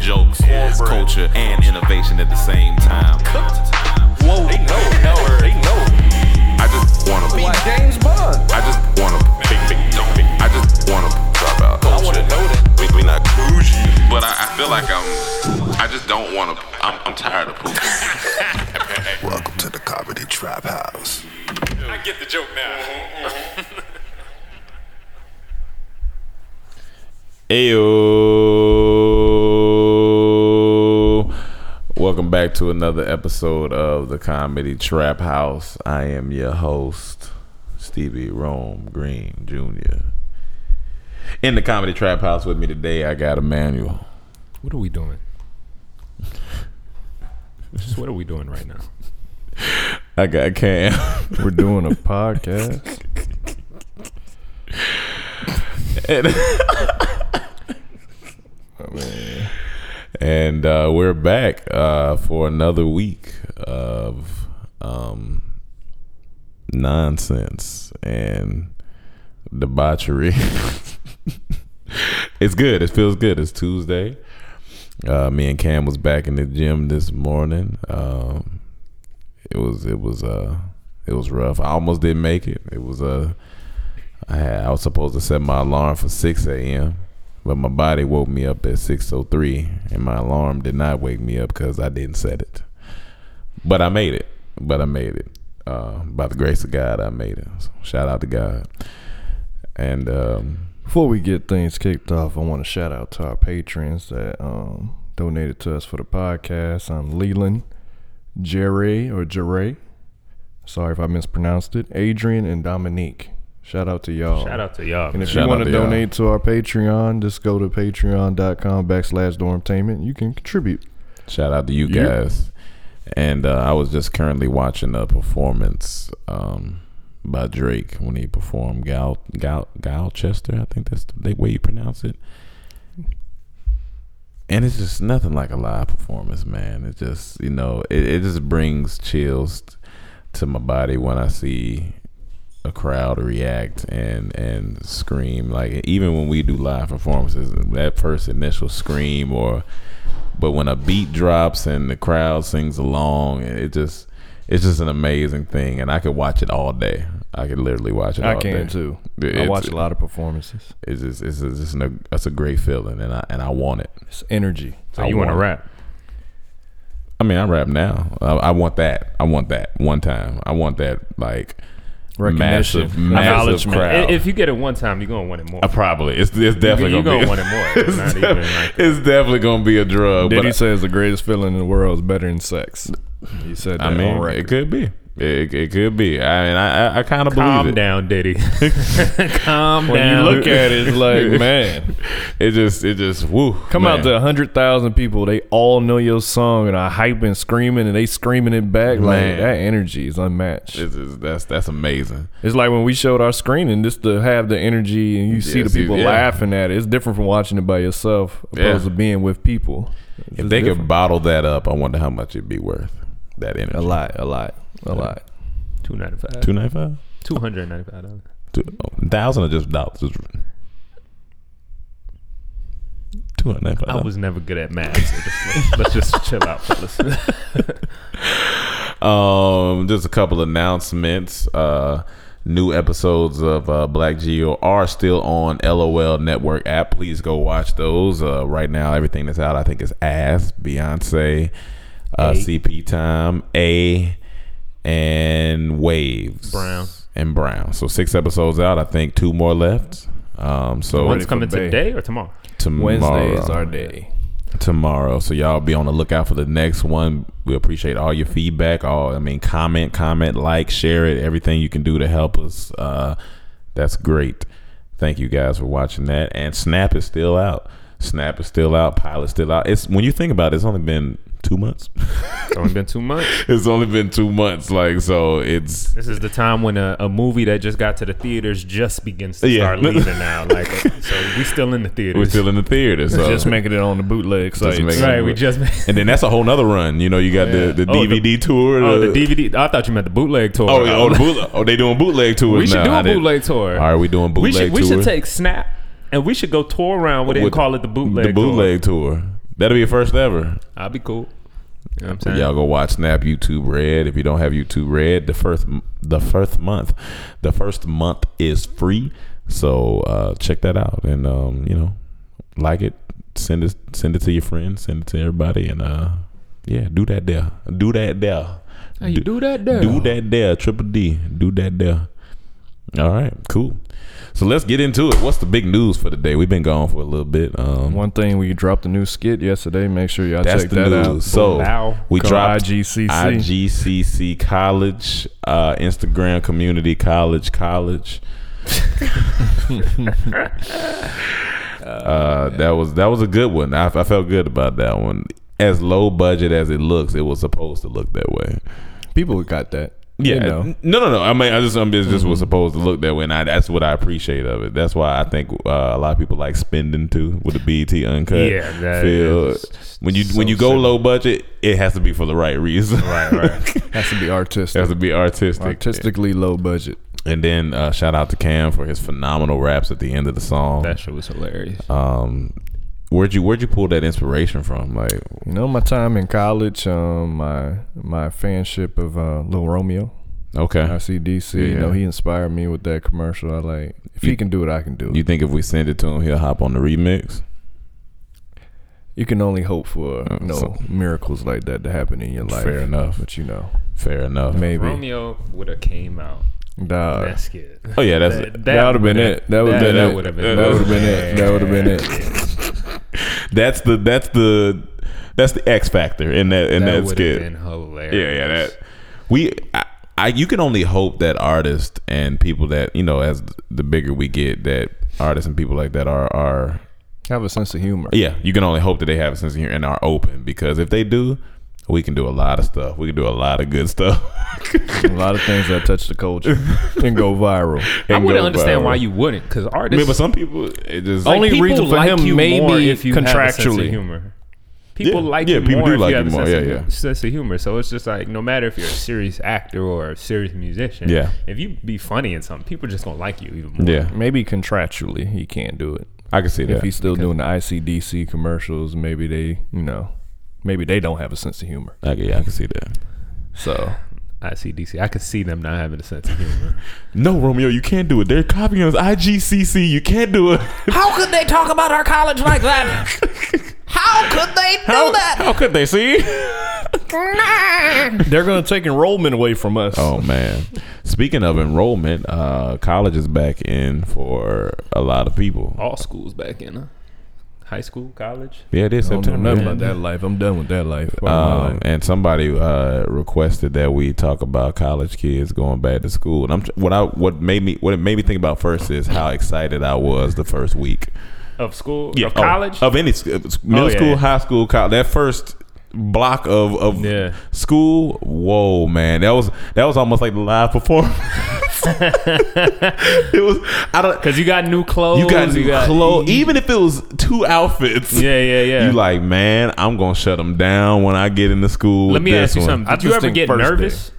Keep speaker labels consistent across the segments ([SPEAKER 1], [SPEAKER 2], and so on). [SPEAKER 1] jokes,
[SPEAKER 2] Yes, bruh.
[SPEAKER 1] culture, and innovation at the same time.
[SPEAKER 2] Whoa. They know, know, they know.
[SPEAKER 3] I just wanna be.
[SPEAKER 4] Like James Bond.
[SPEAKER 3] I just wanna big big don't big. I just wanna drop out.
[SPEAKER 2] I wanna know that.
[SPEAKER 3] We, we not bougie, but I, I feel like I'm. I just don't wanna. I'm, I'm tired of pooping.
[SPEAKER 5] Welcome to the Comedy Trap House.
[SPEAKER 2] I get the joke now.
[SPEAKER 6] Ayo. Welcome back to another episode of the Comedy Trap House. I am your host, Stevie Rome Green Jr. In the Comedy Trap House with me today, I got Emmanuel.
[SPEAKER 4] What are we doing? Just what are we doing right now?
[SPEAKER 6] I got Cam.
[SPEAKER 7] We're doing a podcast.
[SPEAKER 6] and uh, we're back uh, for another week of um, nonsense and debauchery. it's good. It feels good. It's Tuesday. Uh, me and Cam was back in the gym this morning. Um, it was it was uh it was rough. I almost didn't make it. It was uh I had I was supposed to set my alarm for six a.m. But my body woke me up at 6:03 and my alarm did not wake me up cuz I didn't set it. But I made it. But I made it. Uh, by the grace of God, I made it. So shout out to God. And um,
[SPEAKER 7] Before we get things kicked off, I want to shout out to our patrons that um, donated to us for the podcast. I'm Leland, Jerry or Jeray. Sorry if I mispronounced it. Adrian and Dominique. Shout out to y'all.
[SPEAKER 4] Shout out to y'all.
[SPEAKER 7] And if
[SPEAKER 6] Shout
[SPEAKER 7] you
[SPEAKER 6] out
[SPEAKER 7] want to
[SPEAKER 6] to y'all.
[SPEAKER 7] donate to our Patreon, just go to patreon.com backslash dormtainment. You can contribute.
[SPEAKER 6] shout out to you
[SPEAKER 7] Yeah.
[SPEAKER 6] guys. And uh, I was just currently watching a performance um, by Drake when he performed Gal Gal Galchester. I think that's the way you pronounce it. and it's just nothing like a live performance, man. It just you know it, it just brings chills t- to my body when I see a crowd react and and scream. Like even when we do live performances, that first initial scream or but when a beat drops and the crowd sings along, it just it's just an amazing thing, and I could watch it all day. I could literally watch it.
[SPEAKER 7] I
[SPEAKER 6] all day.
[SPEAKER 7] can too. I
[SPEAKER 6] It's-
[SPEAKER 7] watch a lot of performances.
[SPEAKER 6] It's just it's just, it's, an, it's a great feeling, and I and I want it.
[SPEAKER 7] It's energy.
[SPEAKER 4] so Oh, you want to
[SPEAKER 6] want-
[SPEAKER 4] rap?
[SPEAKER 6] I mean, I rap now. I, I want that. I want that one time. I want that like massive,
[SPEAKER 7] Recognition.
[SPEAKER 6] massive crowd.
[SPEAKER 4] I- If you get it one time, you're gonna want it more.
[SPEAKER 6] I probably it's, it's definitely
[SPEAKER 4] you
[SPEAKER 6] gonna,
[SPEAKER 4] gonna
[SPEAKER 6] be,
[SPEAKER 4] want it more. It's not even like
[SPEAKER 6] it's definitely gonna be a drug.
[SPEAKER 7] Diddy
[SPEAKER 6] but
[SPEAKER 7] says the greatest feeling in the world is better than sex. He said
[SPEAKER 6] I,
[SPEAKER 7] that
[SPEAKER 6] I mean,
[SPEAKER 7] on record.
[SPEAKER 6] it could be. It, it could be. I mean, I I, I kind of believe
[SPEAKER 4] Calm
[SPEAKER 6] it.
[SPEAKER 4] down, Diddy. Calm
[SPEAKER 7] when
[SPEAKER 4] down.
[SPEAKER 7] you look at it, it's like, man,
[SPEAKER 6] It just it just woo.
[SPEAKER 7] come
[SPEAKER 6] man.
[SPEAKER 7] out to hundred thousand people, they all know your song and are hyping, screaming, and they screaming it back.
[SPEAKER 6] Man.
[SPEAKER 7] Like that energy is unmatched. It's,
[SPEAKER 6] It's just- that's that's amazing.
[SPEAKER 7] like when we showed our screening, just to have the energy and you see the
[SPEAKER 6] Yes, you-
[SPEAKER 7] people
[SPEAKER 6] yeah.
[SPEAKER 7] laughing at it. It's different from watching it by yourself, opposed
[SPEAKER 6] Yeah.
[SPEAKER 7] to being with people. It's
[SPEAKER 6] If
[SPEAKER 7] just
[SPEAKER 6] they could
[SPEAKER 7] different.
[SPEAKER 6] bottle that up, I wonder how much it'd be worth. That energy.
[SPEAKER 7] a lot, a lot, a lot.
[SPEAKER 4] two ninety five.
[SPEAKER 6] Two ninety five.
[SPEAKER 4] Two hundred ninety five dollars.
[SPEAKER 6] Two thousand or just dollars. Just, Two hundred ninety
[SPEAKER 4] I
[SPEAKER 6] five.
[SPEAKER 4] was never good at math. So just, let's just chill out, fellas.
[SPEAKER 6] Um, just a couple announcements. Uh, new episodes of uh, Black Geo are still on LOL Network app. Please go watch those. Uh, right now, everything that's out, I think, is Ass, Beyonce, uh, CP Time, A, and Waves.
[SPEAKER 4] Brown.
[SPEAKER 6] And Brown. So six episodes out. I think two more left. Um, so
[SPEAKER 4] One's
[SPEAKER 7] for
[SPEAKER 4] coming
[SPEAKER 7] Bay.
[SPEAKER 4] today or tomorrow.
[SPEAKER 6] tomorrow
[SPEAKER 7] Wednesday is our day.
[SPEAKER 6] tomorrow. So y'all be on the lookout for the next one. We appreciate all your feedback. All I mean, comment, comment, like, share it. Everything you can do to help us. Uh, that's great. Thank you guys for watching that. And Snap is still out. Snap is still out. Pilot's still out. It's when you think about it, it's only been two months.
[SPEAKER 4] It's only been two months.
[SPEAKER 6] it's only been two months. Like so, it's
[SPEAKER 4] This is the time when a, a movie that just got to the theaters just begins to
[SPEAKER 6] Yeah.
[SPEAKER 4] start leaving now. Like, so we still in the theaters.
[SPEAKER 6] we're still in the theater. So
[SPEAKER 7] Just making it on the bootleg sites.
[SPEAKER 6] making
[SPEAKER 4] right. We just
[SPEAKER 6] and then that's a whole nother run. You know, you got
[SPEAKER 7] Yeah.
[SPEAKER 6] the, the
[SPEAKER 4] Oh, the-
[SPEAKER 6] DVD tour.
[SPEAKER 4] oh the DVD. I thought you meant the bootleg tour.
[SPEAKER 6] Uh, Oh, yeah, oh, the bootleg. oh, they doing bootleg tours.
[SPEAKER 4] we should
[SPEAKER 6] now.
[SPEAKER 4] do
[SPEAKER 6] I
[SPEAKER 4] a
[SPEAKER 6] didn't-
[SPEAKER 4] bootleg tour.
[SPEAKER 6] All right, we doing
[SPEAKER 4] we
[SPEAKER 6] bootleg
[SPEAKER 4] should
[SPEAKER 6] tour.
[SPEAKER 4] we should take Snap and we should go tour around with it and
[SPEAKER 6] With
[SPEAKER 4] call it the bootleg.
[SPEAKER 6] the bootleg tour. That'll be your first ever.
[SPEAKER 4] I'll be cool. You know what I'm
[SPEAKER 6] So
[SPEAKER 4] saying?
[SPEAKER 6] y'all go watch Snap YouTube Red. If you don't have YouTube Red, the first the first month, the first month is free. So uh, check that out and um, you know, like it, send it send it to your friends, send it to everybody, and uh, yeah, do that there, do that there,
[SPEAKER 4] Hey, you do that there.
[SPEAKER 6] do that there, Triple D, do that there. All right, cool. So let's get into it. What's the big news for today? We've been gone for a little bit. Um,
[SPEAKER 7] One thing we dropped a new skit yesterday. Make sure y'all
[SPEAKER 6] that's
[SPEAKER 7] check
[SPEAKER 6] the
[SPEAKER 7] that
[SPEAKER 6] news.
[SPEAKER 7] out.
[SPEAKER 6] So
[SPEAKER 4] Wow.
[SPEAKER 6] we
[SPEAKER 7] Go
[SPEAKER 6] dropped
[SPEAKER 7] IGCC.
[SPEAKER 6] IGCC College, uh, Instagram Community College College. uh, that was that was a good one. I, I felt good about that one. As low budget as it looks, it was supposed to look that way.
[SPEAKER 7] People got that.
[SPEAKER 6] Yeah,
[SPEAKER 7] You know.
[SPEAKER 6] no, no, no. I mean, I just, I'm just, just was supposed to look that way, and I, that's what I appreciate of it. That's why I think uh, a lot of people like spending too with the BET uncut.
[SPEAKER 4] Yeah, that
[SPEAKER 6] feel.
[SPEAKER 4] is
[SPEAKER 6] when you
[SPEAKER 4] so
[SPEAKER 6] when you go
[SPEAKER 4] simple.
[SPEAKER 6] low budget, it has to be for the right reason. Right, right.
[SPEAKER 7] Has to be
[SPEAKER 6] it has
[SPEAKER 7] artistic.
[SPEAKER 6] to be artistic.
[SPEAKER 7] Artistically low budget.
[SPEAKER 6] And then uh, shout out to Cam for his phenomenal raps at the end of the song.
[SPEAKER 4] That shit was hilarious.
[SPEAKER 6] um, where'd you where'd you pull that inspiration from? Like,
[SPEAKER 7] You know, my time in college, um, my my fanship of uh, Lil Romeo,
[SPEAKER 6] okay,
[SPEAKER 7] RCDC. You
[SPEAKER 6] Uh-huh. Yeah.
[SPEAKER 7] know, he inspired me with that commercial. I like if
[SPEAKER 6] You-
[SPEAKER 7] he can do it, I can do it.
[SPEAKER 6] you think if we send it to him, he'll hop on the remix?
[SPEAKER 7] You can only hope for
[SPEAKER 6] Uh,
[SPEAKER 7] you know
[SPEAKER 6] so-
[SPEAKER 7] miracles like that to happen in your life.
[SPEAKER 6] Fair enough. Uh-huh.
[SPEAKER 7] but you know,
[SPEAKER 6] Fair enough.
[SPEAKER 7] maybe.
[SPEAKER 4] Romeo would have came out.
[SPEAKER 7] Nah,
[SPEAKER 4] That's good.
[SPEAKER 6] Oh yeah, that's
[SPEAKER 7] that would have been it. That would have been
[SPEAKER 4] that
[SPEAKER 7] it.
[SPEAKER 4] would've
[SPEAKER 6] been
[SPEAKER 7] That
[SPEAKER 6] it.
[SPEAKER 7] would have been it. That would have been it.
[SPEAKER 6] That's the that's the that's the X factor in that in that,
[SPEAKER 4] that would have
[SPEAKER 6] skit.
[SPEAKER 4] been hilarious.
[SPEAKER 6] Yeah, yeah. That we I, I you can only hope that artists and people that you know as the bigger we get that artists and people like that are are
[SPEAKER 7] Have a sense of humor.
[SPEAKER 6] yeah you can only hope that they have a sense of humor and are open because if they do we can do a lot of stuff we can do a lot of good stuff.
[SPEAKER 7] A lot of things that touch the culture can go viral.
[SPEAKER 4] I
[SPEAKER 6] And
[SPEAKER 4] wouldn't
[SPEAKER 6] go
[SPEAKER 4] understand
[SPEAKER 6] viral.
[SPEAKER 4] why you wouldn't, because
[SPEAKER 6] I
[SPEAKER 4] artists
[SPEAKER 6] mean, but some people it just
[SPEAKER 4] like,
[SPEAKER 7] Only
[SPEAKER 4] people
[SPEAKER 7] reason for
[SPEAKER 4] like
[SPEAKER 7] him
[SPEAKER 4] you
[SPEAKER 7] may
[SPEAKER 4] more
[SPEAKER 7] be
[SPEAKER 4] if you have a sense of
[SPEAKER 7] contractually.
[SPEAKER 4] humor. People
[SPEAKER 6] Yeah.
[SPEAKER 4] like
[SPEAKER 6] Yeah,
[SPEAKER 4] you
[SPEAKER 6] people
[SPEAKER 4] more
[SPEAKER 6] do
[SPEAKER 4] if
[SPEAKER 6] like
[SPEAKER 4] you have
[SPEAKER 6] you
[SPEAKER 4] a
[SPEAKER 6] more.
[SPEAKER 4] sense,
[SPEAKER 6] Yeah,
[SPEAKER 4] of,
[SPEAKER 6] yeah.
[SPEAKER 4] sense of humor. So it's just like no matter if you're a serious actor or a serious musician,
[SPEAKER 6] Yeah.
[SPEAKER 4] if you be funny in something, people just gonna like you even more.
[SPEAKER 6] yeah
[SPEAKER 7] Maybe contractually he can't do it.
[SPEAKER 6] I can see that
[SPEAKER 7] If he's still doing the ICDC commercials, maybe they, you know, maybe they don't have a sense of humor.
[SPEAKER 6] I can, yeah I can see that.
[SPEAKER 7] So
[SPEAKER 4] I see DC. I could see them not having a sense of humor.
[SPEAKER 6] No, Romeo, you can't do it. They're copying us. IGCC, you can't do it.
[SPEAKER 8] How could they talk about our college like that? How could they do
[SPEAKER 6] How,
[SPEAKER 8] that?
[SPEAKER 6] how
[SPEAKER 4] Oh,
[SPEAKER 6] could they see?
[SPEAKER 7] they're gonna take enrollment away from us.
[SPEAKER 6] Oh man. Speaking of enrollment, uh, college is back in for a lot of people.
[SPEAKER 4] All schools back in, huh? high school, college.
[SPEAKER 6] Yeah, it is
[SPEAKER 7] I don't know
[SPEAKER 6] September.
[SPEAKER 7] nothing
[SPEAKER 6] yeah.
[SPEAKER 7] about that life. I'm done with that life. Fuck my
[SPEAKER 6] Um,
[SPEAKER 7] life.
[SPEAKER 6] and somebody uh, requested that we talk about college kids going back to school. And I'm tr- what I what made me what it made me think about first is how excited I was the first week.
[SPEAKER 4] Of school,
[SPEAKER 6] Yeah,
[SPEAKER 4] of
[SPEAKER 6] oh,
[SPEAKER 4] college.
[SPEAKER 6] of any sc- of s- middle
[SPEAKER 4] Oh, yeah,
[SPEAKER 6] school,
[SPEAKER 4] yeah.
[SPEAKER 6] high school, college. That first block of of
[SPEAKER 4] Yeah.
[SPEAKER 6] school. Whoa, man, that was that was almost like the live performance. it was I don't.
[SPEAKER 4] Cause you got new clothes.
[SPEAKER 6] You got new clothes,
[SPEAKER 4] you- e-,
[SPEAKER 6] even if it was two outfits.
[SPEAKER 4] Yeah, yeah, yeah.
[SPEAKER 6] You like, man, I'm gonna shut them down when I get into school.
[SPEAKER 4] Let
[SPEAKER 6] with
[SPEAKER 4] me
[SPEAKER 6] this
[SPEAKER 4] ask you
[SPEAKER 6] one."
[SPEAKER 4] something.
[SPEAKER 7] I
[SPEAKER 4] Did you
[SPEAKER 7] just
[SPEAKER 4] ever
[SPEAKER 7] think
[SPEAKER 4] get
[SPEAKER 7] first day.
[SPEAKER 4] nervous?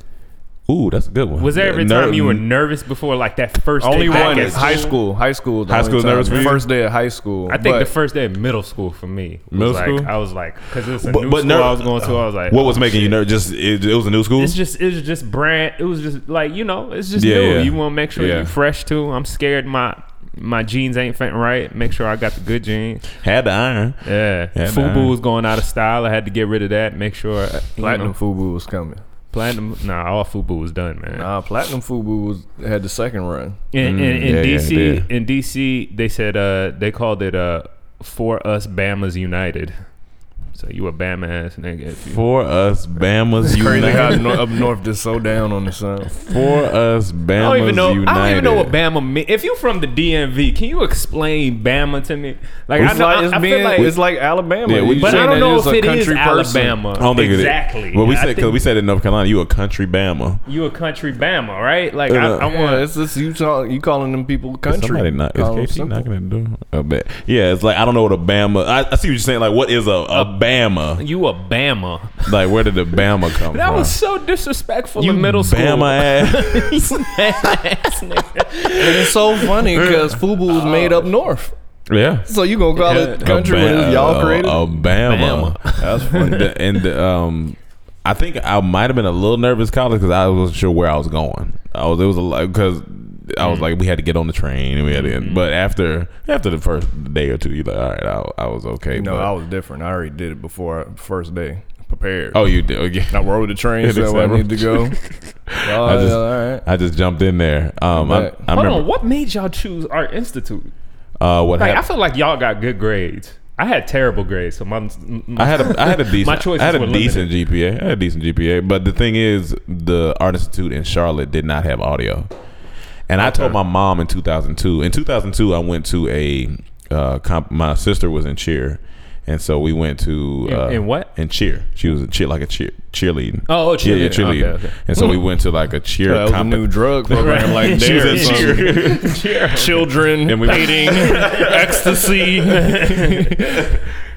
[SPEAKER 6] Ooh, that's a good one.
[SPEAKER 4] Was there every
[SPEAKER 6] Ner-
[SPEAKER 4] time you were nervous before, like that first
[SPEAKER 7] only
[SPEAKER 4] day back
[SPEAKER 7] one
[SPEAKER 4] at
[SPEAKER 7] is high school. High school. is the
[SPEAKER 6] High
[SPEAKER 7] only
[SPEAKER 6] school's
[SPEAKER 7] time.
[SPEAKER 6] nervous for you?
[SPEAKER 7] First day of high school.
[SPEAKER 4] I think
[SPEAKER 7] but
[SPEAKER 4] the first day of middle school for me. was
[SPEAKER 6] Middle
[SPEAKER 4] like,
[SPEAKER 6] school?
[SPEAKER 4] I was like, because it's a
[SPEAKER 6] But-
[SPEAKER 4] new
[SPEAKER 6] but
[SPEAKER 4] school
[SPEAKER 6] ner-
[SPEAKER 4] I was going to. I was like,
[SPEAKER 6] What was
[SPEAKER 4] oh,
[SPEAKER 6] making you
[SPEAKER 4] shit.
[SPEAKER 6] nervous? Just it, it was a new school.
[SPEAKER 4] It's just it's just brand. It was just like you know, it's just
[SPEAKER 6] Yeah,
[SPEAKER 4] new.
[SPEAKER 6] yeah.
[SPEAKER 4] You want to make sure
[SPEAKER 6] Yeah.
[SPEAKER 4] you're fresh too. I'm scared my my jeans ain't fitting right. Make sure I got the good jeans.
[SPEAKER 6] had to iron.
[SPEAKER 4] Yeah,
[SPEAKER 6] Yeah,
[SPEAKER 4] Fubu
[SPEAKER 6] nah.
[SPEAKER 4] was going out of style. I had to get rid of that. Make sure uh, you
[SPEAKER 7] platinum
[SPEAKER 4] know,
[SPEAKER 7] Fubu was coming.
[SPEAKER 4] platinum. Nah, all Fubu was done, man.
[SPEAKER 7] Nah, platinum Fubu was had the second run.
[SPEAKER 4] In,
[SPEAKER 6] Mm,
[SPEAKER 4] in,
[SPEAKER 6] yeah,
[SPEAKER 4] in
[SPEAKER 6] yeah,
[SPEAKER 4] DC,
[SPEAKER 6] yeah.
[SPEAKER 4] in DC, they said uh, they called it uh, "For Us Bama's United." So you a Bama ass nigga? If you,
[SPEAKER 6] For us, Bama's
[SPEAKER 7] Crazy
[SPEAKER 6] united.
[SPEAKER 7] how no, up north is so down on the sun.
[SPEAKER 6] For us, Bama's
[SPEAKER 4] I don't even know.
[SPEAKER 6] united.
[SPEAKER 4] I don't even know what Bama means. If you from the DMV, can you explain Bama to me? Like I,
[SPEAKER 7] It's
[SPEAKER 4] know,
[SPEAKER 7] like,
[SPEAKER 4] I,
[SPEAKER 7] it's
[SPEAKER 4] I
[SPEAKER 7] being,
[SPEAKER 4] feel like,
[SPEAKER 7] it's like Alabama.
[SPEAKER 6] Yeah, we-
[SPEAKER 7] You
[SPEAKER 4] but
[SPEAKER 7] saying
[SPEAKER 4] I don't
[SPEAKER 7] that
[SPEAKER 4] know
[SPEAKER 7] it's
[SPEAKER 4] if
[SPEAKER 7] a
[SPEAKER 4] it is
[SPEAKER 7] country person.
[SPEAKER 4] Alabama.
[SPEAKER 6] I don't think it is.
[SPEAKER 4] exactly.
[SPEAKER 6] Well, we
[SPEAKER 4] I
[SPEAKER 6] said because
[SPEAKER 4] think
[SPEAKER 6] we said in North Carolina, you a country Bama.
[SPEAKER 4] you a country Bama, right? Like
[SPEAKER 6] Yeah.
[SPEAKER 4] I, I
[SPEAKER 7] Yeah,
[SPEAKER 4] want.
[SPEAKER 7] it's just you talk, you calling them people country.
[SPEAKER 6] Somebody not
[SPEAKER 7] Call them
[SPEAKER 6] is KT
[SPEAKER 7] Oh, simple.
[SPEAKER 6] knocking at the door? I bet. Yeah, it's like I don't know what a Bama. I, I see what you're saying. Like, what is a, a Bama?
[SPEAKER 4] You a Bama.
[SPEAKER 6] Like, where did the Bama come
[SPEAKER 4] That
[SPEAKER 6] from?
[SPEAKER 4] was so disrespectful
[SPEAKER 6] you
[SPEAKER 4] in middle school.
[SPEAKER 6] Bama ass.
[SPEAKER 4] ass nigga.
[SPEAKER 7] And it's so funny because Fubu was made up north.
[SPEAKER 6] Yeah.
[SPEAKER 7] So you gonna call it country when it was y'all created?
[SPEAKER 6] Obama. That's funny. The- and the, um, I think I might have been a little nervous college because I wasn't sure where I was going. I was it was a lot because I
[SPEAKER 4] Mm.
[SPEAKER 6] was like we had to get on the train and we had to.
[SPEAKER 4] Mm-hmm.
[SPEAKER 6] But after after the first day or two, you like all right, I, I was okay.
[SPEAKER 7] no,
[SPEAKER 6] but,
[SPEAKER 7] I was different. I already did it before I- first day. Prepared.
[SPEAKER 6] oh you did okay.
[SPEAKER 7] I rode the train
[SPEAKER 6] Hit
[SPEAKER 7] so where I
[SPEAKER 6] December.
[SPEAKER 7] need to go. Oh,
[SPEAKER 6] I just,
[SPEAKER 7] yeah, all right.
[SPEAKER 6] I just jumped in there. Um, I,
[SPEAKER 7] Right.
[SPEAKER 6] I
[SPEAKER 4] Hold
[SPEAKER 6] remember
[SPEAKER 4] on, what made y'all choose art institute?
[SPEAKER 6] uh, what
[SPEAKER 4] Like, I
[SPEAKER 6] happened.
[SPEAKER 4] feel like y'all got good grades. I had terrible grades, so my
[SPEAKER 6] I, had a I had a decent
[SPEAKER 4] My choices
[SPEAKER 6] I had a
[SPEAKER 4] were limited.
[SPEAKER 6] decent GPA. I had a decent GPA, but the thing is, the Art Institute in Charlotte did not have audio, and I told my mom in 2002. In 2002, I went to a uh, comp- my sister was in cheer, and so we went to
[SPEAKER 4] In-
[SPEAKER 6] uh,
[SPEAKER 4] in what?
[SPEAKER 6] in cheer. She was a cheer like a cheer cheerleading.
[SPEAKER 4] Oh, oh,
[SPEAKER 6] Yeah, yeah,
[SPEAKER 4] cheerleading. Okay,
[SPEAKER 6] cheerleading.
[SPEAKER 4] okay.
[SPEAKER 6] And so we went to like a cheer.
[SPEAKER 7] That was a
[SPEAKER 6] comp-
[SPEAKER 7] new drug program like
[SPEAKER 6] She was
[SPEAKER 7] there.
[SPEAKER 6] in
[SPEAKER 7] so-
[SPEAKER 6] cheer.
[SPEAKER 7] Children,
[SPEAKER 6] And we-
[SPEAKER 7] painting, ecstasy,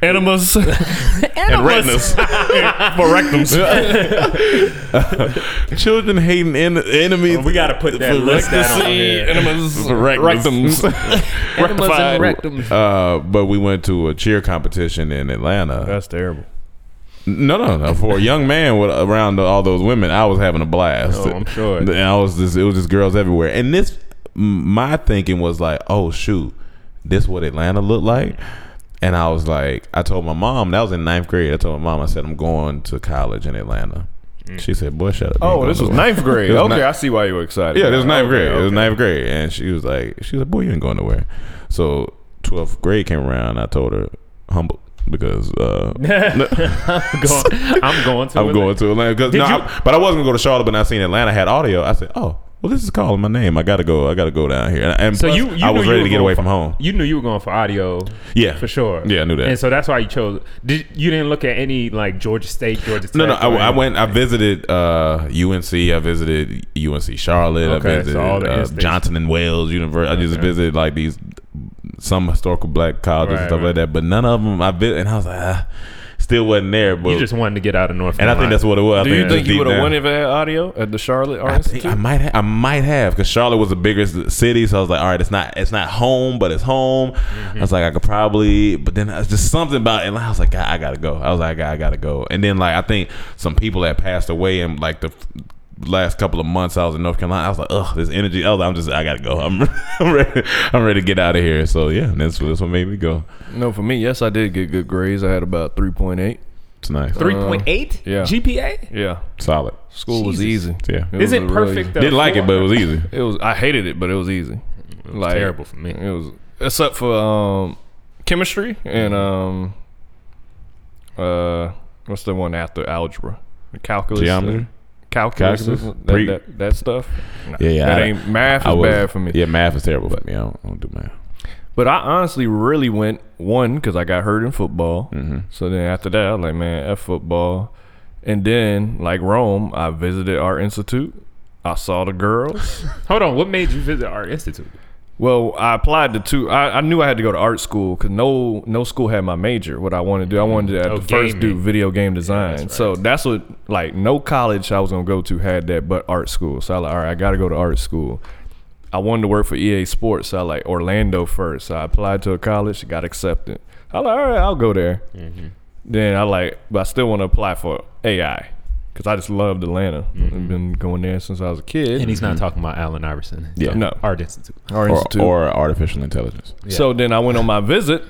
[SPEAKER 7] enemas,
[SPEAKER 6] and retinas.
[SPEAKER 7] for rectums.
[SPEAKER 6] Children hating en- enemies.
[SPEAKER 4] Oh, we gotta put that list down. on here.
[SPEAKER 7] enemas,
[SPEAKER 6] Rectums.
[SPEAKER 7] rectified.
[SPEAKER 6] Uh, but we went to a cheer competition in Atlanta.
[SPEAKER 7] That's terrible.
[SPEAKER 6] no, no, no. For a young man with, around all those women, I was having a blast.
[SPEAKER 4] Oh, I'm sure.
[SPEAKER 6] And I was just, it was just girls everywhere. And this, m- my thinking was like, oh shoot, this what Atlanta looked like. And I was like, I told my mom that was in ninth grade. I told my mom, I said, I'm going to college in Atlanta.
[SPEAKER 4] Mm.
[SPEAKER 6] She said, boy, shut up. You ain't
[SPEAKER 7] Oh,
[SPEAKER 6] going
[SPEAKER 7] this was
[SPEAKER 6] nowhere.
[SPEAKER 7] ninth grade.
[SPEAKER 6] It was
[SPEAKER 7] Okay,
[SPEAKER 6] ni-
[SPEAKER 7] I see why you were excited.
[SPEAKER 6] Yeah, this was ninth
[SPEAKER 7] Okay,
[SPEAKER 6] grade. It was
[SPEAKER 7] okay.
[SPEAKER 6] ninth grade, and she was like, she was like, boy, you ain't going nowhere. So twelfth grade came around. I told her humble because uh,
[SPEAKER 4] I'm going- I'm going to.
[SPEAKER 6] I'm going to Atlanta. 'Cause- no,
[SPEAKER 4] you-
[SPEAKER 6] I- but I wasn't gonna go to Charlotte. But I seen Atlanta had audio. I said, oh, well, this is calling my name. I gotta go. I gotta go down here. And, and
[SPEAKER 4] So
[SPEAKER 6] plus,
[SPEAKER 4] you, you
[SPEAKER 6] I
[SPEAKER 4] knew
[SPEAKER 6] was
[SPEAKER 4] you
[SPEAKER 6] ready
[SPEAKER 4] were
[SPEAKER 6] to get
[SPEAKER 4] going
[SPEAKER 6] away
[SPEAKER 4] for-
[SPEAKER 6] from home.
[SPEAKER 4] You knew you were going for audio.
[SPEAKER 6] Yeah,
[SPEAKER 4] for sure.
[SPEAKER 6] Yeah, I knew that.
[SPEAKER 4] And so that's why you chose. Did you didn't look at any like Georgia State, Georgia Tech?
[SPEAKER 6] no, no. I,
[SPEAKER 4] or
[SPEAKER 6] I went. I visited uh, UNC. I visited UNC Charlotte.
[SPEAKER 4] Okay,
[SPEAKER 6] I
[SPEAKER 4] so
[SPEAKER 6] visited
[SPEAKER 4] all the
[SPEAKER 6] uh,
[SPEAKER 4] instincts.
[SPEAKER 6] Johnson and Wales University. I just
[SPEAKER 4] Okay.
[SPEAKER 6] visited like these some historical black colleges
[SPEAKER 4] Right,
[SPEAKER 6] and stuff
[SPEAKER 4] right.
[SPEAKER 6] like that. But none of them I bit, and I was like, ah, still wasn't there. But
[SPEAKER 4] You just wanted to get out of North.
[SPEAKER 6] and I think that's what it was.
[SPEAKER 7] Do
[SPEAKER 6] I
[SPEAKER 7] you
[SPEAKER 6] it
[SPEAKER 7] think
[SPEAKER 6] was
[SPEAKER 7] you
[SPEAKER 6] deep
[SPEAKER 7] would have
[SPEAKER 6] down.
[SPEAKER 7] won if I had audio at the Charlotte Art
[SPEAKER 6] I think I
[SPEAKER 7] Institute?
[SPEAKER 6] might have. I might have because Charlotte was the biggest city, so I was like, all right, it's not it's not home, but it's home. I
[SPEAKER 7] Mm-hmm.
[SPEAKER 6] was like, I could probably, but then I was just something about it. And I was like, I, I gotta go. I was like, I gotta, I gotta go. And then like I think some people that passed away in like the f- last couple of months I was in North Carolina. I was like, ugh, this energy. I was like, I'm just, I gotta go. I'm, I'm ready. I'm ready to get out of here. So yeah, that's what- that's what made me go.
[SPEAKER 7] No, for me, yes, I did get good grades. I had about 3.8.
[SPEAKER 6] It's nice,
[SPEAKER 4] three point eight
[SPEAKER 7] yeah.
[SPEAKER 4] GPA.
[SPEAKER 7] Yeah.
[SPEAKER 6] solid.
[SPEAKER 7] School was
[SPEAKER 4] Jesus.
[SPEAKER 7] easy.
[SPEAKER 6] Yeah,
[SPEAKER 4] Is
[SPEAKER 7] was
[SPEAKER 4] it
[SPEAKER 7] a
[SPEAKER 4] perfect?
[SPEAKER 7] really-
[SPEAKER 4] though?
[SPEAKER 6] didn't like it, but it was easy.
[SPEAKER 7] It was I hated it, but it was easy. like
[SPEAKER 4] terrible for me.
[SPEAKER 7] It was except for um chemistry and um
[SPEAKER 4] Mm-hmm.
[SPEAKER 7] uh what's the one after algebra? Calculus. uh,
[SPEAKER 6] Geometry?
[SPEAKER 7] Calculus.
[SPEAKER 6] Calculus?
[SPEAKER 7] That,
[SPEAKER 6] Pre-
[SPEAKER 7] that, that stuff. Nah,
[SPEAKER 6] Yeah, yeah,
[SPEAKER 7] That
[SPEAKER 6] I-
[SPEAKER 7] ain't math
[SPEAKER 6] I
[SPEAKER 7] is
[SPEAKER 6] was-
[SPEAKER 7] bad for me.
[SPEAKER 6] Yeah, math is terrible for me. I don't, I don't do math.
[SPEAKER 7] But I honestly really went one because I got hurt in football.
[SPEAKER 6] Mm-hmm.
[SPEAKER 7] So then after that, I was like, man, f football. And then like Rome, I visited our institute. I saw the girls.
[SPEAKER 4] Hold on, what made you visit our institute?
[SPEAKER 7] Well, I applied to two. I, I knew I had to go to art school because no no school had my major. What I wanted to do, I wanted to at
[SPEAKER 4] Oh,
[SPEAKER 7] the first do
[SPEAKER 4] gaming.
[SPEAKER 7] video game design. So that's what like no college I was gonna go to had that, but art school. So I like, all right, I got to go to art school. I wanted to work for EA Sports. So I like Orlando first. So I applied to a college, got accepted. I like, all right, I'll go there.
[SPEAKER 4] Mm-hmm.
[SPEAKER 7] Then I like, but I still want to apply for AI because I just loved Atlanta.
[SPEAKER 4] Mm-hmm.
[SPEAKER 7] I've been going there since I was a kid.
[SPEAKER 4] And he's not talking about Allen Iverson.
[SPEAKER 6] Mm-hmm. Yeah.
[SPEAKER 7] no
[SPEAKER 4] Art Institute.
[SPEAKER 7] art
[SPEAKER 6] Or,
[SPEAKER 7] institute.
[SPEAKER 6] or artificial intelligence.
[SPEAKER 7] So then I went on my visit,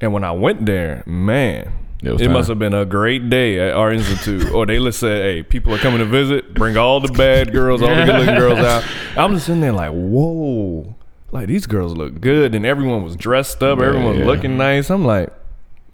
[SPEAKER 7] and when I went there, man,
[SPEAKER 6] It
[SPEAKER 7] it,
[SPEAKER 6] was time.
[SPEAKER 7] must have been a great day at our institute. or they just said, "Hey, people are coming to visit. Bring all the bad girls, all the good-looking girls out." I'm just sitting there like, "Whoa!" Like these girls look good, and everyone was dressed up. everyone was
[SPEAKER 6] yeah.
[SPEAKER 7] looking nice. I'm like.